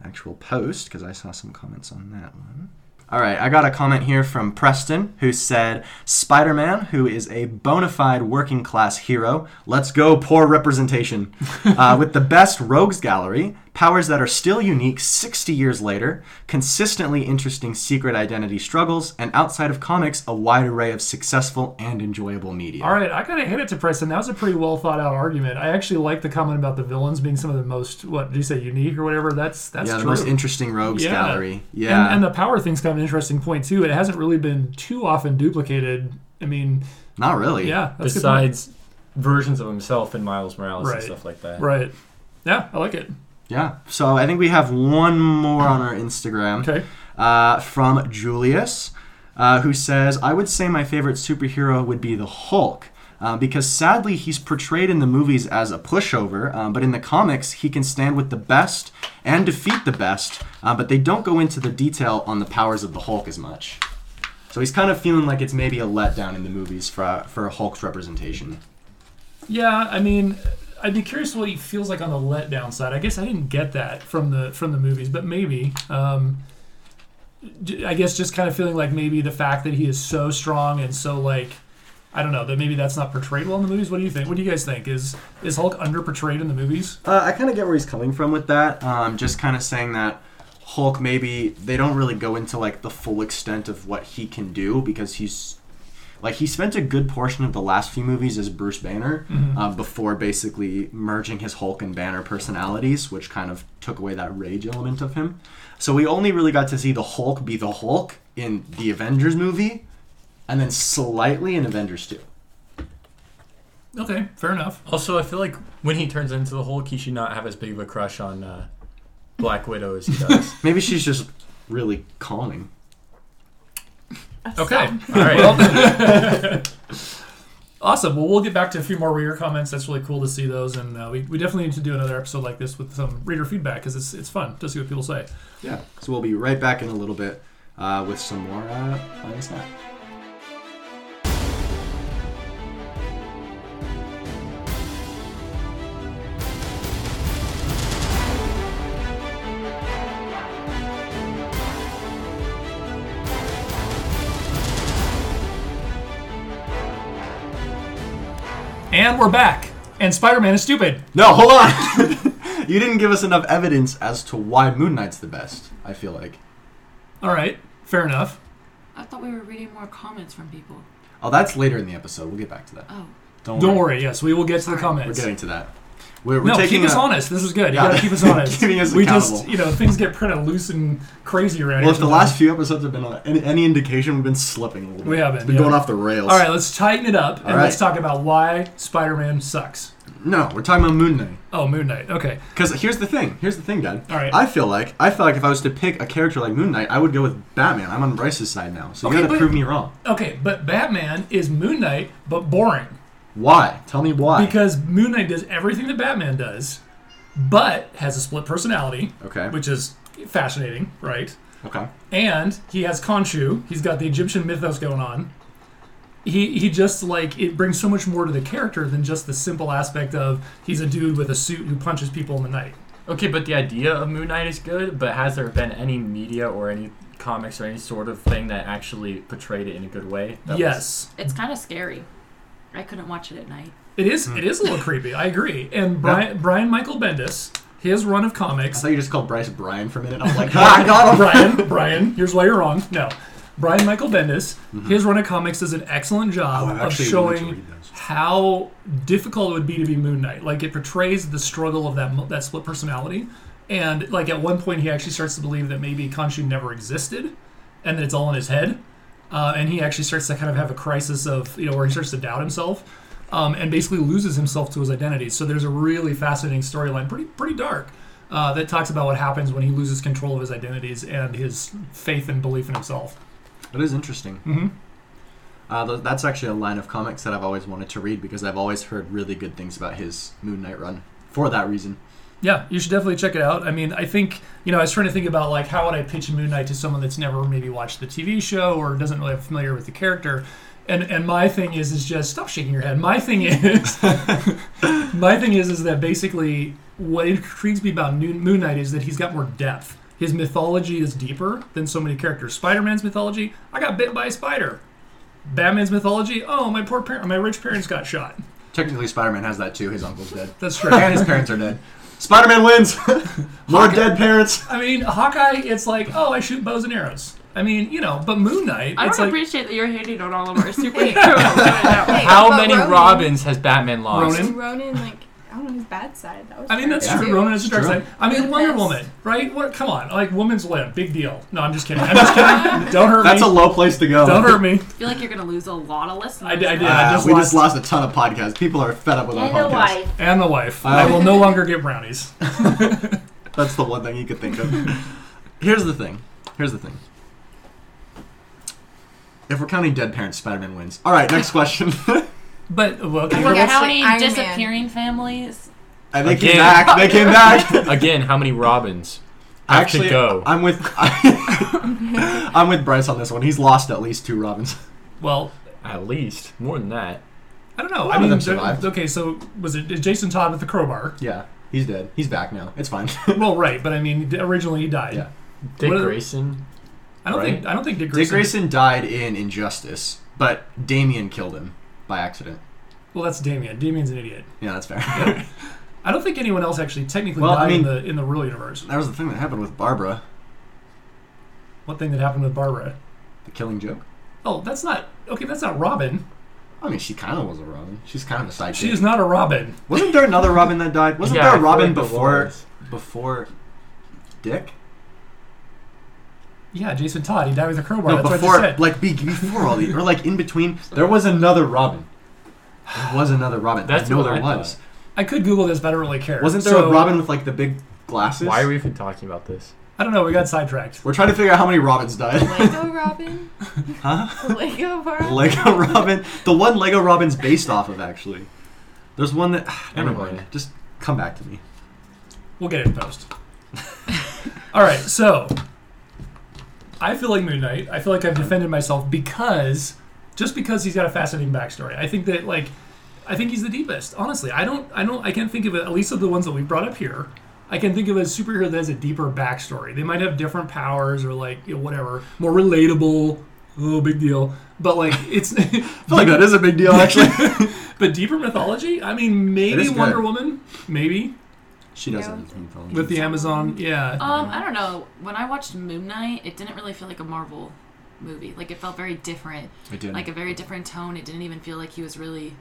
actual post because I saw some comments on that one. All right, I got a comment here from Preston who said, Spider Man, who is a bona fide working class hero, let's go, poor representation. uh, with the best rogues gallery, powers that are still unique 60 years later, consistently interesting secret identity struggles, and outside of comics, a wide array of successful and enjoyable media. All right, I gotta hand it to Preston. That was a pretty well thought out argument. I actually like the comment about the villains being some of the most what did you say unique or whatever. That's that's yeah, the true. most interesting rogues Yeah. gallery. Yeah. and, and the power thing's kind of an interesting point too. It hasn't really been too often duplicated. I mean, Not really. yeah, that's a good point. Besides versions of himself and Miles Morales Right. and stuff like that. right? Yeah, I like it. Yeah. So I think we have one more on our Instagram. Okay. uh, from Julius, uh, who says, I would say my favorite superhero would be the Hulk. Uh, because sadly, he's portrayed in the movies as a pushover, um, but in the comics, he can stand with the best and defeat the best, uh, but they don't go into the detail on the powers of the Hulk as much. So he's kind of feeling like it's maybe a letdown in the movies for, for Hulk's representation. Yeah, I mean, I'd be curious what he feels like on the letdown side. I guess I didn't get that from the from the movies, but maybe. Um, j- I guess just kind of feeling like maybe the fact that he is so strong and so like, I don't know that maybe that's not portrayed well in the movies. What do you think? What do you guys think? Is is Hulk underportrayed in the movies? Uh, I kind of get where he's coming from with that. Um, just kind of saying that Hulk maybe they don't really go into like the full extent of what he can do because he's like he spent a good portion of the last few movies as Bruce Banner uh, before basically merging his Hulk and Banner personalities, which kind of took away that rage element of him. So we only really got to see the Hulk be the Hulk in the Avengers movie, and then slightly in Avengers two. Okay, fair enough. Also, I feel like when he turns into the Hulk, he should not have as big of a crush on uh, Black Widow as he does. Maybe she's just really calming. Okay. All right. Awesome. Well, we'll get back to a few more reader comments. That's really cool to see those, and uh, we, we definitely need to do another episode like this with some reader feedback because it's it's fun to see what people say. Yeah. So we'll be right back in a little bit uh, with some more uh, fun and snack. And we're back. And Spider-Man is stupid. No, hold on. you didn't give us enough evidence as to why Moon Knight's the best. I feel like. All right, fair enough. I thought we were reading more comments from people. Oh, that's later in the episode. We'll get back to that. Oh, Don't worry. Yes, we will get to the We're comments. getting to that. We're, we're no, taking keep us a- honest. This was good. You Yeah. gotta keep us honest. Keeping us we just, accountable. you know, things get kind of loose and crazy around Well, here. if the last few episodes have been on, any, any indication, we've been slipping a little bit. We have It's been, been yeah. going off the rails. All right, let's tighten it up and All right. let's talk about why Spider-Man sucks. No, we're talking about Moon Knight. Oh, Moon Knight. Okay. Because here's the thing. Here's the thing, Dad. All right. I feel like I feel like if I was to pick a character like Moon Knight, I would go with Batman. I'm on Bryce's side now, so Okay, you gotta but- prove me wrong. Okay, but Batman is Moon Knight, but boring. Why? Tell me why. Because Moon Knight does everything that Batman does, but has a split personality, okay. which is fascinating, right? Okay. And he has Khonshu. He's got the Egyptian mythos going on. He he just like it brings so much more to the character than just the simple aspect of he's a dude with a suit who punches people in the night. Okay, but the idea of Moon Knight is good, but has there been any media or any comics or any sort of thing that actually portrayed it in a good way? That was- yes, it's kind of scary. I couldn't watch it at night. it is. It is a little creepy. I agree. And Brian Brian Michael Bendis, his run of I comics. thought you just called Bryce Brian for a minute. I was like, ah, I got him. Brian Brian, here's why you're wrong. No, Brian Michael Bendis, his run of comics does an excellent job Mm-hmm. Oh, I've of actually wanted to showing read those. how difficult it would be to be Moon Knight. Like it portrays the struggle of that mo- that split personality, and like at one point he actually starts to believe that maybe Khonshu never existed, and that it's all in his head, uh, and he actually starts to kind of have a crisis of you know where he starts to doubt himself. Um, and basically loses himself to his identity. So there's a really fascinating storyline, pretty pretty dark, uh, that talks about what happens when he loses control of his identities and his faith and belief in himself. That is interesting. Mm-hmm. Uh, th- that's actually a line of comics that I've always wanted to read because I've always heard really good things about his Moon Knight run. For that reason, Yeah, you should definitely check it out. I mean, I think you know, I was trying to think about like how would I pitch Moon Knight to someone that's never maybe watched the TV show or doesn't really have familiar with the character. And and my thing is is just stop shaking your head. My thing is my thing is is that basically what intrigues me about Noon- Moon Knight is that he's got more depth. His mythology is deeper than so many characters. Spider-Man's mythology, I got bit by a spider. Batman's mythology, oh my poor parent, my rich parents got shot. technically Spider Man has that too. His uncle's dead, That's true. and his parents are dead. Spider-Man wins. More dead parents. I mean, Hawkeye, it's like, oh, I shoot bows and arrows. I mean, you know, but Moon Knight, I it's don't like appreciate that you're hating on all of our superheroes. right now. Hey, How but many Ronan- Robins has Batman lost? Ronan? Ronan, like, I don't know his bad side. That was I mean, that's terrible. true. Ronan is a dark True. side. I mean, Yes. Wonder Woman, right? What? Come on, like, woman's win, big deal. No, I'm just kidding. I'm just kidding. Don't hurt That's a me. low place to go. Don't hurt me. I feel like you're gonna lose a lot of listeners. I did- I did. Ah, just we lost- just lost a ton of podcasts. People are fed up with And our a podcast. wife. And the wife. Uh, I will no longer get brownies. That's the one thing you could think of. Here's the thing. Here's the thing. If we're counting dead parents, Spider-Man wins. All right, next question. But well, okay, I well, forget forgot. let's- how Actually, many Iron Man. disappearing families. and they came Again. back. They came back. Again, how many Robins? Have Actually, to go. I'm with I'm with Bryce on this one. He's lost at least two Robins. well, At least more than that. I don't know. lot I of mean, them there- survived. okay, so was it Jason Todd with the crowbar? Yeah, he's dead. He's back now. It's fine. Well, right, but I mean, originally he died. Yeah. Dick What are- Grayson. I don't Right. think I don't think Dick Grayson. Dick Grayson died in Injustice, but Damien killed him by accident. Well, that's Damien. Damien's an idiot. Yeah, that's fair. I don't think anyone else actually technically Well, I died mean- in the in the real universe. that was the thing that happened with Barbara, What thing that happened with Barbara? the killing joke. Oh, that's not okay. That's not Robin. I mean, she kind of was a Robin. She's kind of a sidekick. She is not a Robin. Wasn't there another Robin that died? Wasn't Yeah, I there a feel Robin like there before was. before Dick? Yeah, Jason Todd. He died with a crowbar. No, that's before what I just said. like be, before all the or like in between. There was another Robin. There was another Robin. That's I know what there I was. I could Google this, but I don't really care. Wasn't there So, a Robin with like the big glasses? Why are we even talking about this? I don't know. We got sidetracked. We're trying to figure out how many Robins died. Lego Robin? Huh? Lego Robin? Lego Robin. The one Lego Robin's based off of actually. There's one that. ah, Never Anyway. mind. Just come back to me. We'll get it in post. All right, so I feel like Moon Knight. I feel like I've Uh-huh. defended myself because just because he's got a fascinating backstory. I think that like I think he's the deepest. Honestly, I don't I don't I can't think of it, at least of the ones that we brought up here. I can think of a superhero that has a deeper backstory. They might have different powers or like you know, whatever, more relatable. Oh, big deal. But like it's I feel like that is a big deal actually. but deeper mythology. I mean, maybe is good. Wonder Woman, maybe she doesn't. Yeah. with the Amazon. Yeah. Um, I don't know. When I watched Moon Knight, it didn't really feel like a Marvel movie. Like it felt very different. It did. Like a very different tone. It didn't even feel like he was really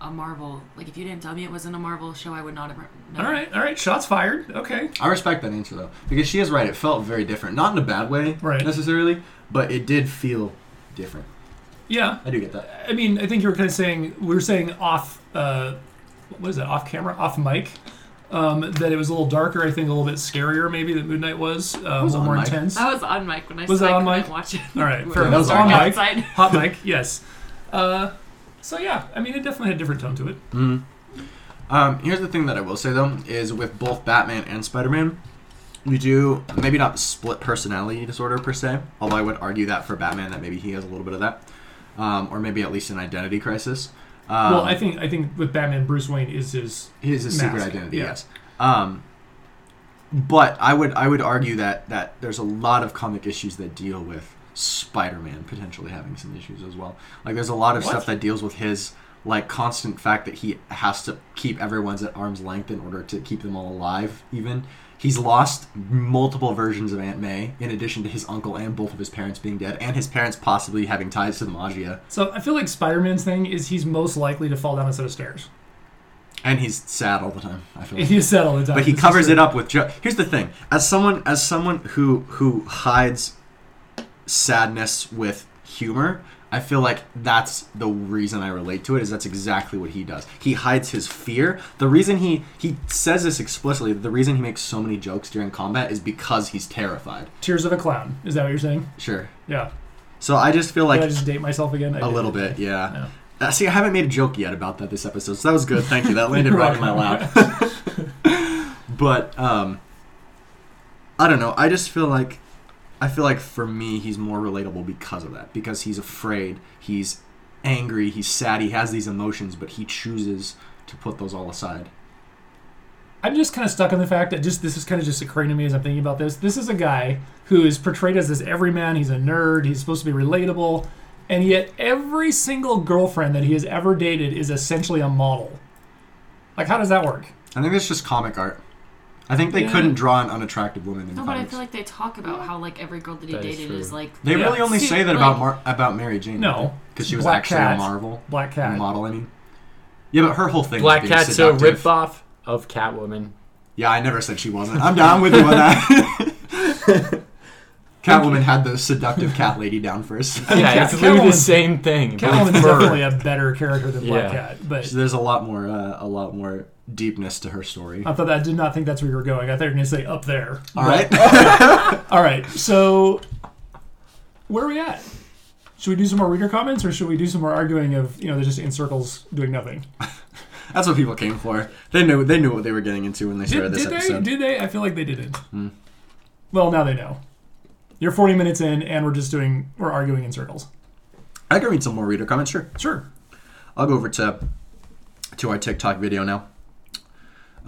a Marvel. Like if you didn't tell me it wasn't a Marvel show, I would not have. re- known. All right, all right. Shots fired. Okay. I respect that answer though, because she is right. It felt very different, not in a bad way Right. necessarily, but it did feel different. Yeah. I do get that. I mean, I think you were kind of saying we were saying off. Uh, what is that? Off camera, off mic. Um, that it was a little darker. I think a little bit scarier. Maybe that Moon Knight was, uh, a little on more mic. intense. I was on mic when I Was said that I on couldn't mic? watch it. All right, It fair Yeah, enough. that was on on mic. outside. Hot mic. Yes. Uh, so yeah, I mean, it definitely had a different tone to it. Um, here's the thing that I will say though is with both Batman and Spider-Man, you do maybe not split personality disorder per se, although I would argue that for Batman that maybe he has a little bit of that, um, or maybe at least an identity crisis. Um, well, I think I think with Batman, Bruce Wayne is his. his his secret Mask, identity. yeah. Yes. Um, but I would I would argue that that there's a lot of comic issues that deal with Spider-Man potentially having some issues as well. Like there's a lot of What? stuff that deals with his like constant fact that he has to keep everyone's at arm's length in order to keep them all alive. Even he's lost multiple versions of Aunt May, in addition to his uncle and both of his parents being dead, and his parents possibly having ties to the Magia. So I feel like Spider-Man's thing is he's most likely to fall down a set of stairs. And he's sad all the time. I feel. He is that all the time. but he It's covers just- it up with joke. Here's the thing: as someone, as someone who who hides sadness with humor, I feel like that's the reason I relate to it. Is that's exactly what he does. He hides his fear. The reason he he says this explicitly. The reason he makes so many jokes during combat is because he's terrified. Tears of a clown. Is that what you're saying? Sure. Yeah. So I just feel Like, like I just date myself again? I a did. little bit, yeah. Yeah. Uh, see, I haven't made a joke yet about that this episode, so that was good. Thank you. That landed You're right in my lap. but um, I don't know. I just feel like I feel like for me, he's more relatable because of that. Because he's afraid, he's angry, he's sad, he has these emotions, but he chooses to put those all aside. I'm just kind of stuck on the fact that just this is kind of just occurring to me as I'm thinking about this. This is a guy who is portrayed as this everyman. He's a nerd. He's supposed to be relatable, and yet every single girlfriend that he has ever dated is essentially a model. Like, how does that work? I think it's just comic art. I think they Yeah. couldn't draw an unattractive woman in No, but I comics. feel like they talk about how like every girl that he That is dated true. is like they Yeah. really only Suit, say that like- about Mar- about Mary Jane. No. because she was Black actually Cat. a Marvel Black Cat. model. I mean, yeah, but her whole thing. Black was being Cat's a seductive. ripoff of Catwoman. Yeah, I never said she wasn't. I'm down with you on that. Catwoman had the seductive cat lady down first. Yeah, it's Catwoman- literally the same thing. but Catwoman's with fur. definitely a better character than Black Yeah. Cat, but So there's a lot more, uh, a lot more deepness to her story. I thought I did not think that's where you were going. I thought you were going to say up there. All right. All right, so where are we at? Should we do some more reader comments, or should we do some more arguing of you know they're just in circles doing nothing? That's what people came for. They knew they knew what they were getting into when they Did, started this did they? episode. Hmm. Did they? I feel like they didn't. Well, now they know. You're 40 minutes in, and we're just doing we're arguing in circles. I can read some more reader comments, sure. Sure. I'll go over to to our TikTok video now.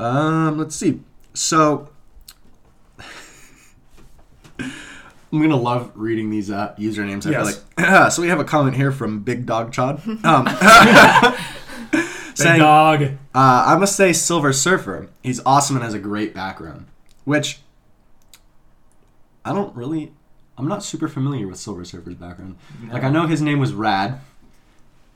Um, let's see. So I'm gonna love reading these uh, usernames. I Yes. feel like. so we have a comment here from Big Dog Chod, um, Big saying, uh, dog. "I must say, Silver Surfer. He's awesome and has a great background, which I don't really. I'm not super familiar with Silver Surfer's background. Like I know his name was Rad,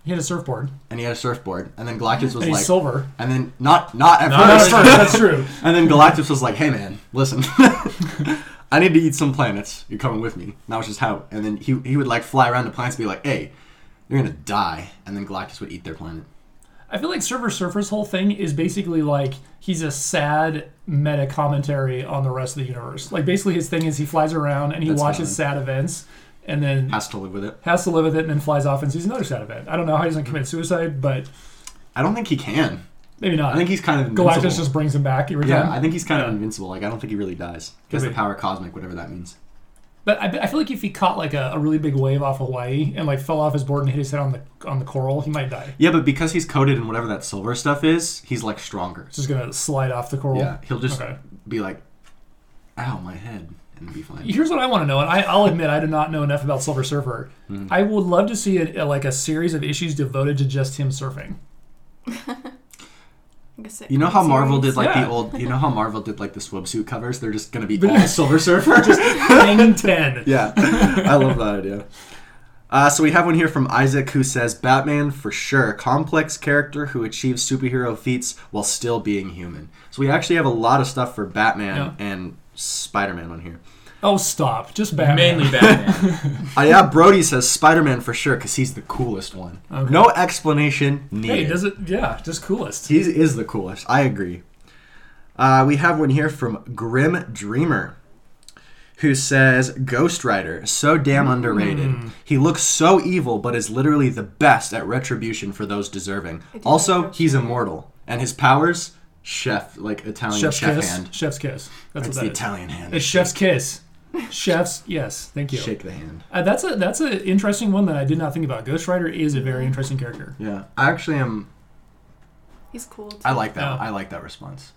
He had a surfboard. and he had a surfboard, and then Galactus was And he's like." silver. And then not not at No, that's first. true. That's true. And then Galactus was like, "Hey man, listen, I need to eat some planets. You're coming with me." And that was just how. And then he he would like fly around the planets, and be like, "Hey, you're gonna die." And then Galactus would eat their planet. I feel like Server Surfer's whole thing is basically like he's a sad meta commentary on the rest of the universe. Like basically his thing is he flies around and he That's watches sad events and then Has to live with it. has to live with it and then flies off and sees another sad event. I don't know how he doesn't commit suicide, but I don't think he can. maybe not. I think he's kind of Galactus invincible. just brings him back. You were yeah, done? I think he's kind of invincible. Like I don't think he really dies. He has Could the be. power cosmic, whatever that means. But I, I feel like if he caught like a, a really big wave off Hawaii and like fell off his board and hit his head on the on the coral, he might die. Yeah, but because he's coated in whatever that silver stuff is, he's like stronger. It's just gonna slide off the coral. Yeah, he'll just Okay. be like, "Ow, my head," and be fine. Here's what I want to know, and I, I'll admit I do not know enough about Silver Surfer. Hmm. I would love to see a, a- like a series of issues devoted to just him surfing. You know how Marvel did like Yeah. the old. You know how Marvel did like the swimsuit covers. They're just gonna be But- all Silver Surfer. Hanging ten. yeah, I love that idea. Uh, so we have one here from Isaac who says Batman for sure, complex character who achieves superhero feats while still being human. So we actually have a lot of stuff for Batman and Spider-Man on here. Oh, stop! Just Batman. Mainly Batman. Uh, yeah, Brody says Spider-Man for sure because he's the coolest one. Okay. No explanation needed. Hey, does it? Yeah, just coolest. He is the coolest. I agree. Uh, we have one here from Grim Dreamer, who says Ghost Rider so Hmm. damn underrated. He looks so evil, but is literally the best at retribution for those deserving. do Also, like Ghost he's immortal, and his powers, chef like Italian Chef's chef, kiss. hand. Chef's kiss. That's It's what the that is. Italian hand. It's chef's kiss. Chef's yes. Thank you. Shake the hand. Uh, that's a that's an interesting one that I did not think about. Ghost Rider is a very interesting character. Yeah, I actually am. He's cool. Too. I like that. Yeah. I like that response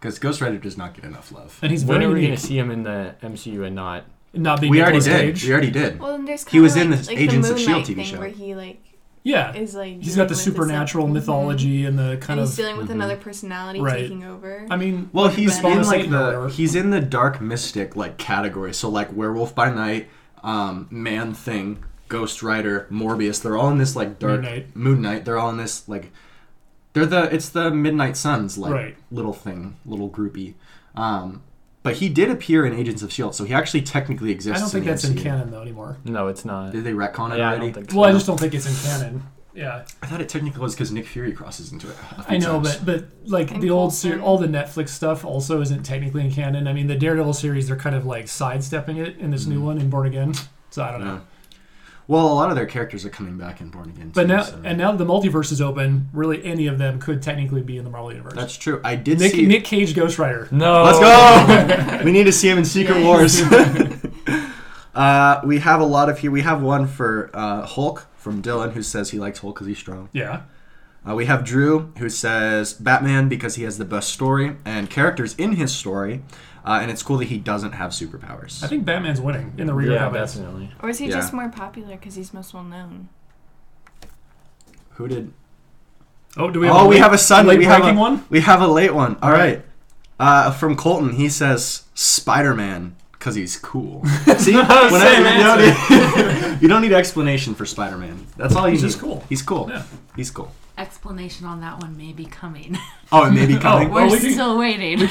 because Ghost Rider does not get enough love. And he's when very are we unique. gonna see him in the MCU and not? Not being We already Nicolas did. Cage. We already did. Well, and there's He was kinda in like, this like Agents the of S.H.I.E.L.D. Moonlight E TV thing show. Where he like Yeah. is like he's dealing got the with this, like- mhm. supernatural mythology and the And kind he's of. dealing with another personality Right. taking over. I mean, Well, he's Batman. in Satan like or the whatever. he's in the dark mystic like category. So like werewolf by night, um, man thing, Ghost Rider, Morbius. They're all in this like dark Moon Knight. Moon Knight. They're all in this like they're the it's the Midnight Suns like Right. little thing, little groupie. Um, but he did appear in Agents of Shield, E so he actually technically I exists. don't think in the that's MCU. in canon though anymore. No, it's not. Did they retcon it Yeah, I already? don't think so. Well, I just don't think it's in canon. Yeah, I thought it technically was because Nick Fury crosses into it. a few I know, times. but but like And the old Cold ser- Stone. all the Netflix stuff also isn't technically in canon. I mean, the Daredevil series they're kind of like sidestepping it in this Hmm. new one in Born Again. So I don't know. Yeah. well, a lot of their characters are coming back in Born Again. But too, now so- and now that the multiverse is open, really any of them could technically be in the Marvel universe. that's true. I did Nick see Nick Oh. Cage Ghost Rider. No. Let's go. we need to see him in Secret Yes. Wars. uh, we have a lot of here. We have one for uh, Hulk from Dylan, who says he likes Hulk because he's strong. Yeah. Uh, we have Drew, who says Batman because he has the best story and characters in his story, uh, and it's cool that he doesn't have superpowers. I think Batman's winning in the reader Yeah, comments. definitely. or is he Yeah. just more popular because he's most well known? who did? Oh, do we have Oh, a we late- have a sudden. late We have breaking a one? We have a late one. All right. Uh, from Colton, he says Spider Man because he's cool. See, when I- Same you, don't need, you don't need explanation for Spider Man. That's all you He's need. just cool. He's cool. Yeah. He's cool. Explanation on that one may be coming. Oh, it may be coming. Well, We're we can- still waiting. We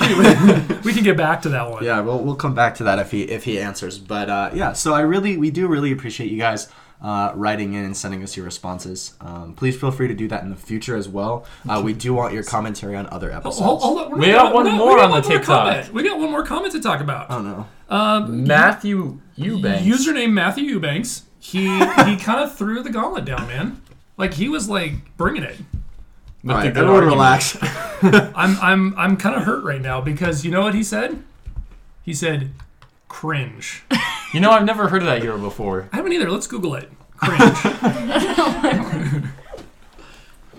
can get back to that one. Yeah, we'll, we'll come back to that if he if he answers. But uh, yeah, so I really we do really appreciate you guys uh, writing in and sending us your responses. Um, please feel free to do that in the future as well. Uh, we do want your commentary on other episodes. Hold, hold on. we're We not- got we're one not- we more got on the TikTok. comment. We got one more comment to talk about. oh no. Um, Matthew Eubanks. username Matthew Eubanks. He he kind of threw the gauntlet down, man. Like he was like bringing it. With All the right, good everyone argument. relax. I'm I'm I'm kind of hurt right now because you know what he said? He said cringe. I You know, I've never heard of that hero before. haven't either. Let's Google it. Cringe. I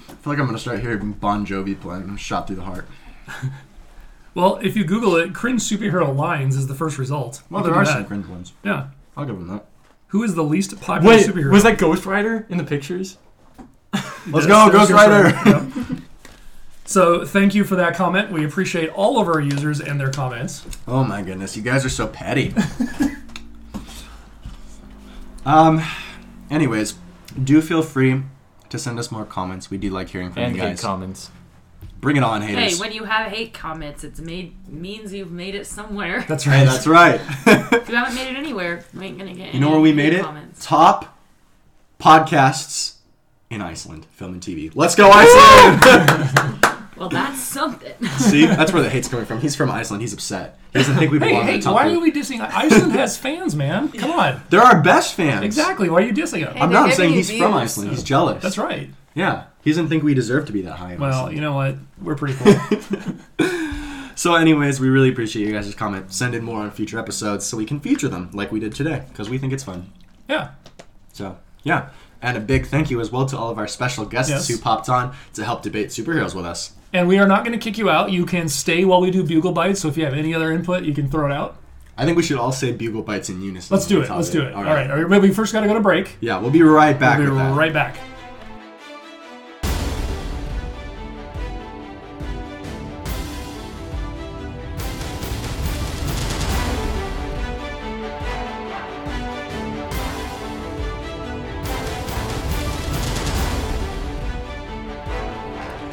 feel like I'm gonna start hearing Bon Jovi playing "Shot Through the Heart." well, if you Google it, cringe superhero lines is the first result. Well, You there can are do some that. cringe ones. Yeah. I'll give them that. Who is the least popular Wait, superhero? was that Ghost Rider in the pictures? Let's Yes, go, there's Ghost Rider. Yep. so thank you for that comment. We appreciate all of our users and their comments. Oh my goodness, you guys are so petty. um, anyways, do feel free to send us more comments. We do like hearing from And you good guys. comments. Bring it on, hey, haters. when you have hate comments, it's made means you've made it somewhere. That's Hey, that's right. If you haven't made it anywhere, you ain't gonna get. you know any where we hate made it? Comments. Top podcasts in Iceland, film and TV. Let's go, Iceland! Well, that's something. See, that's where the hate's coming from. He's from Iceland. He's upset. He doesn't think we Hey, belong in hey, the top why three. are we dissing? Iceland has fans, man. Come on. They're our best fans. Exactly. Why are you dissing them? Hey. I'm They're not I'm giving saying you he's from views. Iceland. He's jealous. That's right. Yeah, he doesn't think we deserve to be that high. in Well, Iceland. you know what? We're pretty cool. So, anyways, we really appreciate you guys' comment. Send in more on future episodes so we can feature them like we did today because we think it's fun. yeah. So, yeah. And a big thank you as well to all of our special guests Yes. who popped on to help debate superheroes with us. And we are not going to kick you out. You can stay while we do bugle bites. So if you have any other input, you can throw it out. I think we should all say bugle bites in unison. Let's on do the it. top Let's of do it. All right. All right. But we first got to go to break. Yeah, we'll be right back we'll be with that. right back.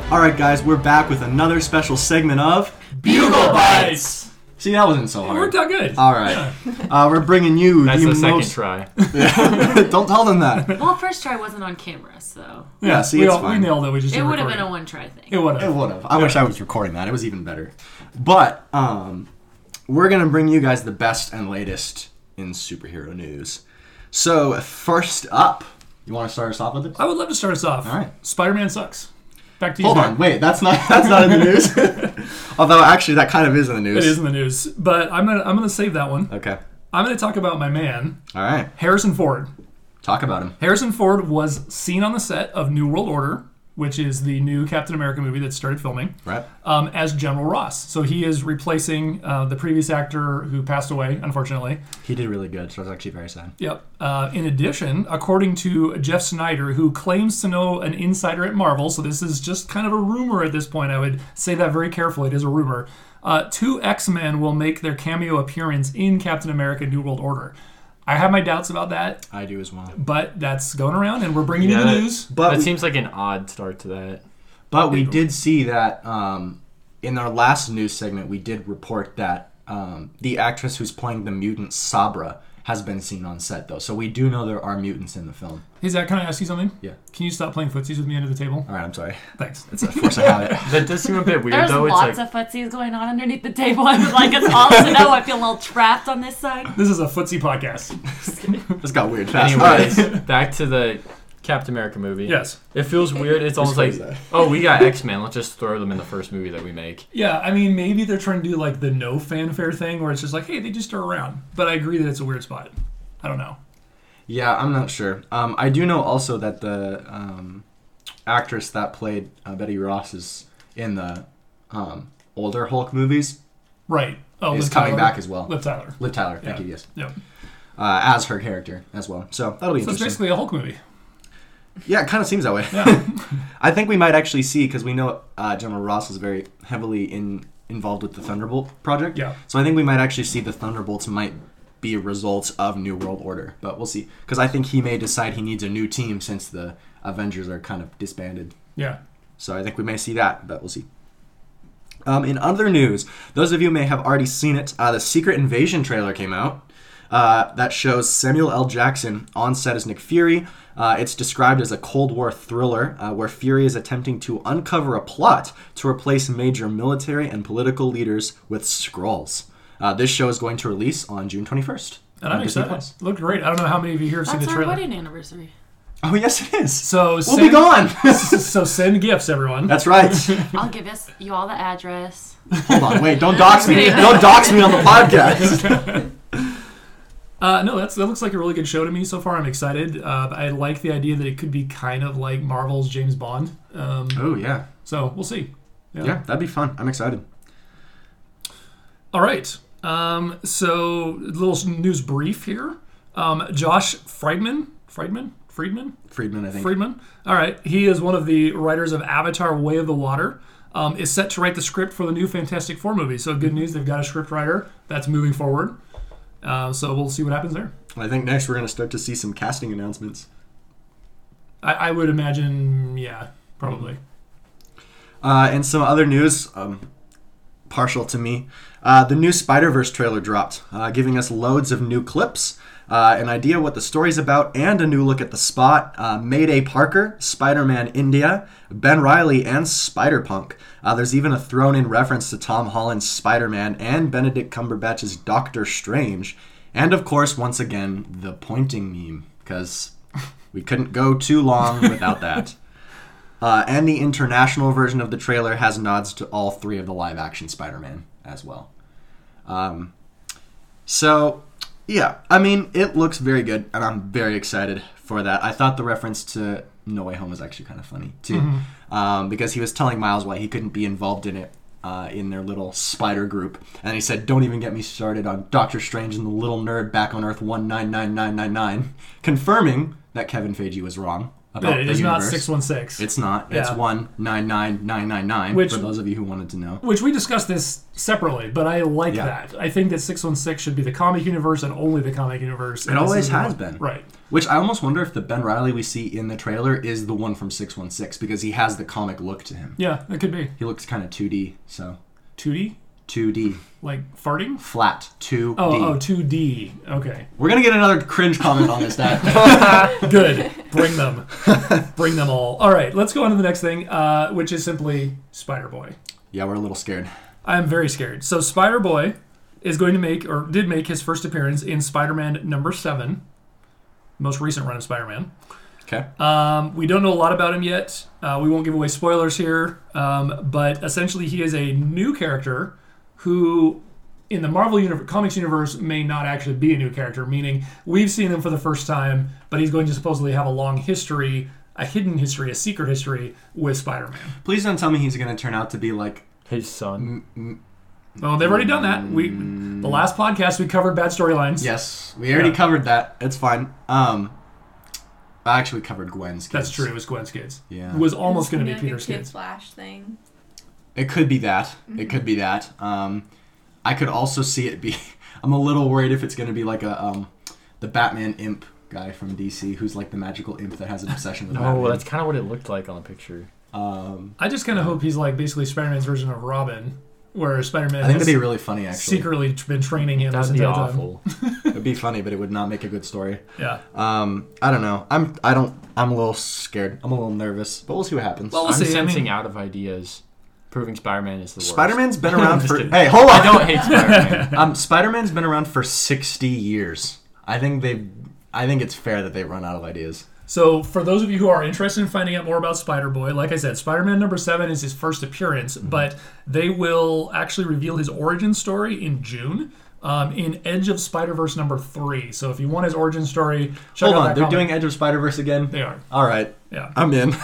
All right, guys, we're back with another special segment of. Bugle bites. See, that wasn't so hard. Worked out good. All right, uh, we're bringing you That's the the second most. try. Don't tell them that. well, first try wasn't on camera, so Yeah, see, we, it's all- we fine. nailed it. We just it didn't would have record been a one try thing. It would It have. would have. I wish I was recording that. It was even better. But um, we're gonna bring you guys the best and latest in superhero news. So first up, you want to start us off with it? I would love to start us off. All right. Spider-Man sucks. Back to you. Hold Mark. on, wait. That's not that's not in the news. Although actually, that kind of is in the news. It is in the news, but I'm gonna I'm gonna save that one. Okay. I'm gonna talk about my man All right. Harrison Ford. Talk about him. Harrison Ford was seen on the set of New World Order, which is the new Captain America movie that started filming, Right. um, as General Ross. So he is replacing uh, the previous actor who passed away, unfortunately. He did really good. So I was actually very sad. Yep. Uh, in addition, according to Jeff Snyder, who claims to know an insider at Marvel, so this is just kind of a rumor at this point. I would say that very carefully. It is a rumor. Uh, two X Men will make their cameo appearance in Captain America: New World Order. I have my doubts about that, I do as well. but that's going around, and we're bringing you Yeah, the that- news. But that we- seems like an odd start to that. But we did see that um, in our last news segment, we did report that um, the actress who's playing the mutant Sabra has been seen on set, though. So we do know there are mutants in the film. Hey Zach, can I ask you something? Yeah. Can you stop playing footsies with me under the table? All right, I'm sorry. Thanks. It's a force I had it. That does seem a bit weird, There's though. lots it's like, of footsies going on underneath the table. I would like us all to know. I feel a little trapped on this side. This is a footsie podcast. This got weird fast. All right. anyways, back to the Captain America movie. Yes. It feels weird. It's almost like, goes there. oh, we got X Men. Let's just throw them in the first movie that we make. Yeah, I mean, maybe they're trying to do like the no fanfare thing where it's just like, hey, they just are around. But I agree that it's a weird spot. I don't know. Yeah, I'm not sure. Um, I do know also that the um, actress that played uh, Betty Ross is in the um, older Hulk movies. Right. Oh, Is coming back as well. Liv Tyler. Liv Tyler, thank Yeah. you, yes. Yep. Uh, as her character as well. So that'll be So it's interesting. basically a Hulk movie. Yeah, it kind of seems that way. I think we might actually see because we know uh, General Ross was very heavily in involved with the Thunderbolt project. Yeah. So I think we might actually see the Thunderbolts might be results of New World Order, but we'll see. Because I think he may decide he needs a new team since the Avengers are kind of disbanded. Yeah. So I think we may see that, but we'll see. Um, in other news, those of you may have already seen it. Uh, the Secret Invasion trailer came out. Uh, that shows Samuel L. Jackson on set as Nick Fury. Uh, it's described as a Cold War thriller uh, where Fury is attempting to uncover a plot to replace major military and political leaders with Skrulls. Uh, this show is going to release on June 21st. And on Oh, Disney I'm excited. Plus. It looked great. I don't know how many of you here have seen That's the our trailer. wedding anniversary. Oh, yes, it is. So We'll be send, gone. so send gifts, everyone. That's right. I'll give us you all the address. Hold on. Wait, don't dox me. Don't dox me on the podcast. Uh, no, that's that looks like a really good show to me so far. I'm excited. Uh, I like the idea that it could be kind of like Marvel's James Bond. Um, Oh, yeah. so we'll see. Yeah, that'd be fun. I'm excited. All right. Um, so little news brief here. Um, Josh Friedman, Friedman, Friedman, Friedman, I think. Friedman. All right, he is one of the writers of Avatar: Way of the Water. Um, is set to write the script for the new Fantastic Four movie. So good news, they've got a script writer that's moving forward. Uh, so we'll see what happens there. I think next we're going to start to see some casting announcements. I, I would imagine, yeah, probably. Uh, and some other news, um, partial to me. Uh, the new Spider Verse trailer dropped, uh, giving us loads of new clips, uh, an idea what the story's about, and a new look at the spot. Uh, Mayday Parker, Spider Man India, Ben Riley, and Spider Punk. Uh, there's even a thrown in reference to Tom Holland's Spider Man and Benedict Cumberbatch's Doctor Strange. And of course, once again, the pointing meme, because we couldn't go too long without that. Uh, and the international version of the trailer has nods to all three of the live action Spider Man as well. Um, so, yeah, I mean, it looks very good, and I'm very excited for that. I thought the reference to No Way Home was actually kind of funny, too, Mm-hmm. um, because he was telling Miles why he couldn't be involved in it. Uh, in their little spider group, and he said, "Don't even get me started on Doctor Strange and the little nerd back on Earth one nine nine nine nine nine, confirming that Kevin Feige was wrong about it Oh, the is not universe. six one six. It's not. It's Yeah. one nine nine nine nine nine. Which- for those of you who wanted to know. Which we discussed this separately, but I like Yeah. that. I think that six one six should be the comic universe and only the comic universe. It always has been. Right. Which I almost wonder if the Ben Riley we see in the trailer is the one from six one six because he has the comic look to him. Yeah, it could be He looks kind of two D. So two D, two D like farting. flat two D. Oh, oh, 2D. Okay. We're gonna get another cringe comment on this. That Good. Bring them. Bring them all. All right, let's go on to the next thing, uh, which is simply Spider Boy. yeah, we're a little scared. I'm very scared. So Spider Boy is going to make or did make his first appearance in Spider Man number seven, most recent run of Spider Man. Okay. Um, we don't know a lot about him yet. Uh, we won't give away spoilers here, um, but essentially he is a new character who, in the Marvel universe, comics universe, may not actually be a new character. Meaning we've seen him for the first time, but he's going to supposedly have a long history, a hidden history, a secret history with Spider-Man. Please don't tell me he's gonna turn out to be like. His son. Well, they've already done that. We the last podcast we covered bad storylines. Yes, we already Yeah. covered that. It's fine. Um, I actually covered Gwen's. Kids. That's true. It was Gwen Skates. Yeah. Who was almost going to You be know, Peter the kid Skates. Flash thing. It could be that. It could be that. Um, I could also see it be. I'm a little worried if it's going to be like a um, the Batman imp guy from DC, who's like the magical imp that has an obsession with Batman. No, oh, that's kind of what it looked like on the picture. um, I just kind of hope he's like basically Spider-Man's version of Robin, where Spider-Man I think has that'd be really funny. Actually, secretly t- been training him this That'd be entire awful. it'd be funny, but it would not make a good story. time. Yeah. Um, I don't know. I'm. I don't. I'm a little scared. I'm a little nervous, but we'll see what happens. Well, we'll I'm see. I sensing mean, out of ideas. Proving Spider-Man is the worst. Spider-Man's been around Just for. kidding. Hey, hold I on. don't hate Spider-Man. Um, Spider-Man's been around for 60 years. I think they. I think it's fair that they run out of ideas. so for those of you who are interested in finding out more about Spider-Boy, like I said, Spider-Man number seven is his first appearance, Mm-hmm. but they will actually reveal his origin story in June. Um, in Edge of Spider Verse number three. So if you want his origin story, check Hold out on, that they're comic. doing Edge of Spider Verse again. They are. All right, Yeah. I'm in.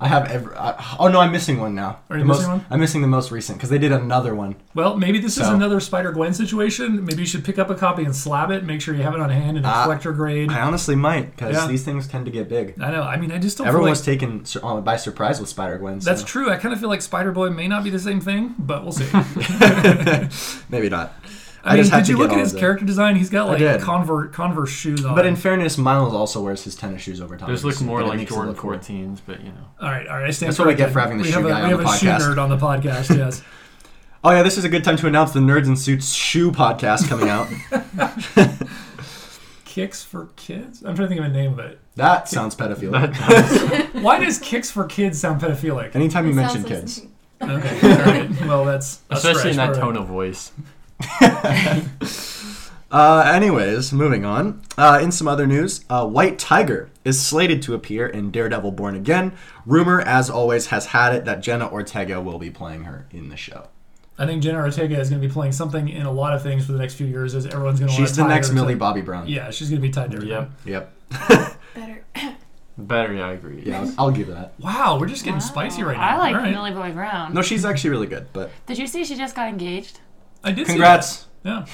I I have every. I, oh no, I'm missing one now. Are you The most- missing one? I'm missing the most recent because they did another one. Well, maybe this is So- another Spider Gwen situation. Maybe you should pick up a copy and slab it. Make sure you have it on hand in a Uh, collector grade. I honestly might because Yeah. these things tend to get big. I know. I mean, I just don't. Everyone feel like, was taken sur- uh, by surprise with Spider Gwen. So That's true. I kind of feel like Spider Boy may not be the same thing, but we'll see. I, Maybe not. mean, just had did to you get look at all his the- character design? He's got like did. Converse Converse shoes on. But in fairness, Miles also wears his tennis shoes over top. of his Those look suit, more but it like makes it Jordan look cool. 14s, but you know. all right, all right. I stand. That's what I get corrected. for having the we shoe have a, guy we on have the a shoe podcast. nerd on the podcast. Yes. Oh yeah, this is a good time to announce the Nerds in Suits shoe podcast coming out. Kicks for kids. I'm trying to think of a name of it. that sounds pedophilic. Why does Kicks for kids sound pedophilic? Anytime you It mention sounds like kids, something- Okay. All right. Well, that's a Especially in stretch, that all right. tone of voice. Uh, anyways, moving on. Uh, in some other news, uh, White Tiger is slated to appear in Daredevil Born Again. Rumor, as always, has had it that Jenna Ortega will be playing her in the show. I think Jenna Ortega is going to be playing something in a lot of things for the next few years. As everyone's going to. She's the next Millie Millie Bobby Brown. Yeah, she's going to be tied to. everything. Yep. Yep. Better. Better, yeah, I agree. Yeah, I'll, I'll give her that. Wow, we're just getting spicy right now. I like All right. Millie Bobby Brown. No, she's actually really good, but Did you see she just got engaged? I did. see congrats. that. Yeah.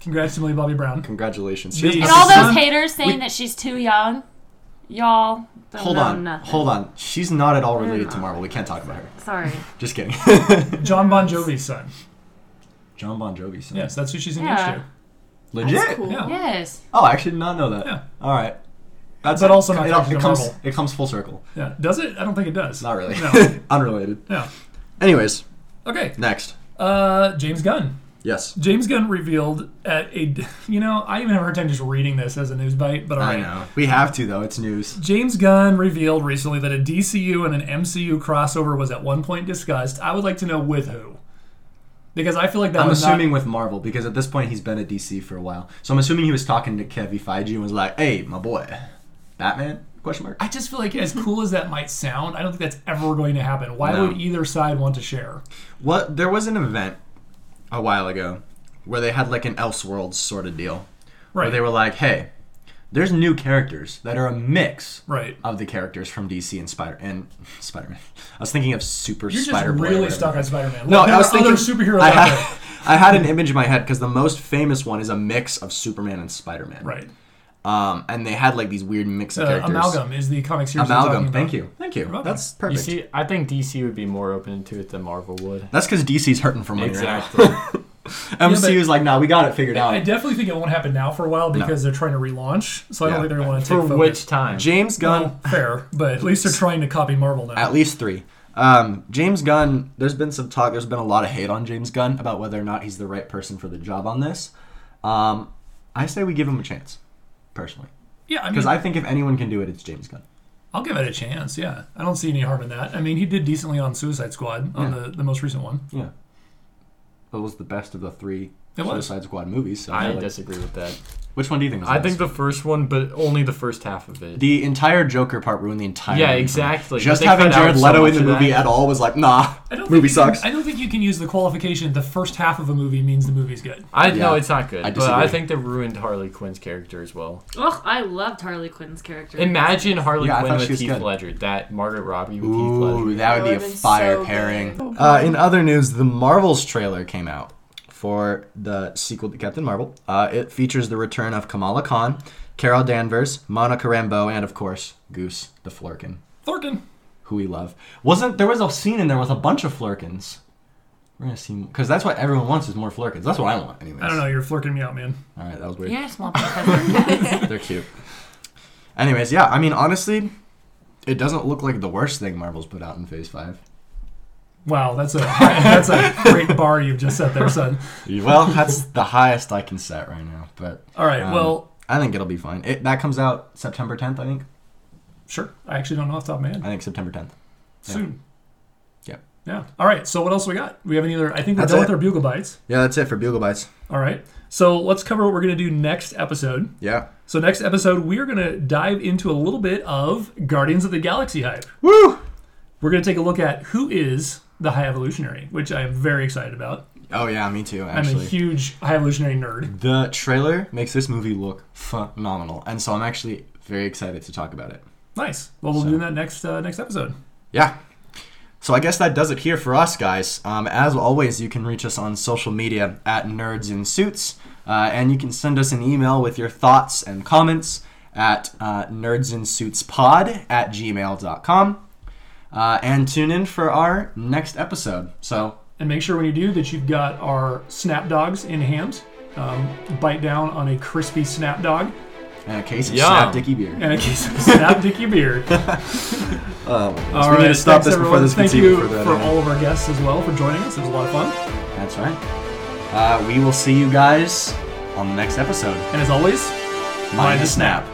Congrats to Millie Bobby Brown. Congratulations. Me. She It's And has Yes. all the son- those haters saying we- that she's too young, y'all. Don't Hold know on. Nothing. Hold on. She's not at all related to Marvel. We can't talk about her. Sorry. Just kidding. John Bon Jovi's son. John Bon Jovi. son. Yes, that's who she's engaged Yeah. to. Legit. cool. Yeah. Yes. Oh, I actually did not know that. Yeah. All right. That's But also not it, connected it to comes Marvel. it comes full circle. Yeah. Does it? I don't think it does. Not really. No. Unrelated. Yeah. Anyways, Okay. next. Uh, James Gunn. Yes. James Gunn revealed at a. You know, I even have a hard time just reading this as a news bite, but all right. I know. We have to though. It's news. James Gunn revealed recently that a DCU and an MCU crossover was at one point discussed. I would like to know with who. Because I feel like that I'm was assuming not. with Marvel because at this point he's been at DC for a while. So I'm assuming he was talking to Kevin Feige and was like, "Hey, my boy, Batman?" Question mark. I just feel like as cool as that might sound, I don't think that's ever going to happen. Why No. would either side want to share? What? There was an event a while ago where they had like an Elseworlds sort of deal where Right. they were like, "Hey, there's new characters that are a mix right. of the characters from DC and Spider and Spider Man. I was thinking of Super You're Spider just Boy. really stuck on Spider-Man. No, Look, there I was are thinking other superheroes I out had, there. I had an image in my head because the most famous one is a mix of Superman and Spider Man. Right. Um, and they had like these weird mix of Uh, characters. Amalgam is the comic series. I'm talking Amalgam. about. Thank you. Thank you. welcome. That's You perfect. see, I think DC would be more open to it than Marvel would. That's because DC's hurting for money Exactly. right now. MCU's like, nah, we got it figured I out. definitely think it won't happen now for a while because they're trying to relaunch. So I don't Yeah. think they're going to want to For take focus. which time? James Gunn. Well, fair, but at least they're trying to copy Marvel now. at least three. Um, James Gunn, there's been some talk, there's been a lot of hate on James Gunn about whether or not he's the right person for the job on this. Um, I say we give him a chance, personally. yeah, I mean, Because I think if anyone can do it, it's James Gunn. I'll give it a chance. Yeah, I don't see any harm in that. I mean, he did decently on Suicide Squad on the, the most recent one. Yeah. It was the best of the three It was. Suicide Squad movies. So I like- disagree with that. Which one do you think was the I best? think the first one, but only the first half of it. the entire Joker part ruined the entire Yeah, movie. exactly. Just But they having cut out Jared so Leto much in the of that. movie at all was like, nah, I don't movie think you can- sucks. I don't think you can use the qualification. The first half of a movie means the movie's good. I Yeah, no, it's not good. I but I disagree. think they ruined Harley Quinn's character as well. Ugh, I loved Harley Quinn's character. Imagine Harley Yeah, I Quinn thought with she was Heath good. Ledger, that Margaret Robbie with Heath Ooh, Ledger. that would be a That would've been fire so pairing. Uh, in other news, the Marvels trailer came out for the sequel to Captain Marvel. Uh, it features the return of Kamala Khan, Carol Danvers, Monica Rambeau, and of course Goose the Flurkin, Thornton. who we love. Wasn't there was a scene in there with a bunch of Flurkins? We're gonna see because that's what everyone wants is more Flurkins. That's what I want, anyways. I don't know. You're flirting me out, man. All right, that was weird. You're a small person. They're cute. Anyways, yeah, I mean, honestly, it doesn't look like the worst thing Marvel's put out in Phase Five. Wow, that's a that's a great bar you've just set there, son. Well, that's the highest I can set right now, but All right. Um, well, I think it'll be fine. It, that comes out September 10th, I think. sure. I actually don't know off the top of my head. I think September 10th. Soon. Yeah. Yeah. All right. So what else we got? We have any other? I think we're That's done it. with our bugle bites. Yeah, that's it for Bugle Bites. All right. So let's cover what we're gonna do next episode. Yeah. So next episode, we are gonna dive into a little bit of Guardians of the Galaxy hype. Woo! We're gonna take a look at who is the High Evolutionary, which I am very excited about. Oh, yeah, me too, actually. I'm a huge High Evolutionary nerd. the trailer makes this movie look phenomenal, and so I'm actually very excited to talk about it. Nice. Well, we'll do that next uh, next episode. Yeah. So I guess that does it here for us, guys. Um, as always, you can reach us on social media at Nerds in Suits, uh, and you can send us an email with your thoughts and comments at uh, nerdsinsuitspod at gmail.com. Uh, and tune in for our next episode. So, And make sure when you do that you've got our snap dogs in hand. Um, bite down on a crispy snap dog and a case of Yum. Snap Dicky Beer. and a case of snap dicky beer. Oh, my goodness. All we right, need to stop thanks, this everyone. before this Thank gets you even further. for out of hand. all of our guests as well for joining us. It was a lot of fun. That's right. Uh, we will see you guys on the next episode. And as always, Mind the snap.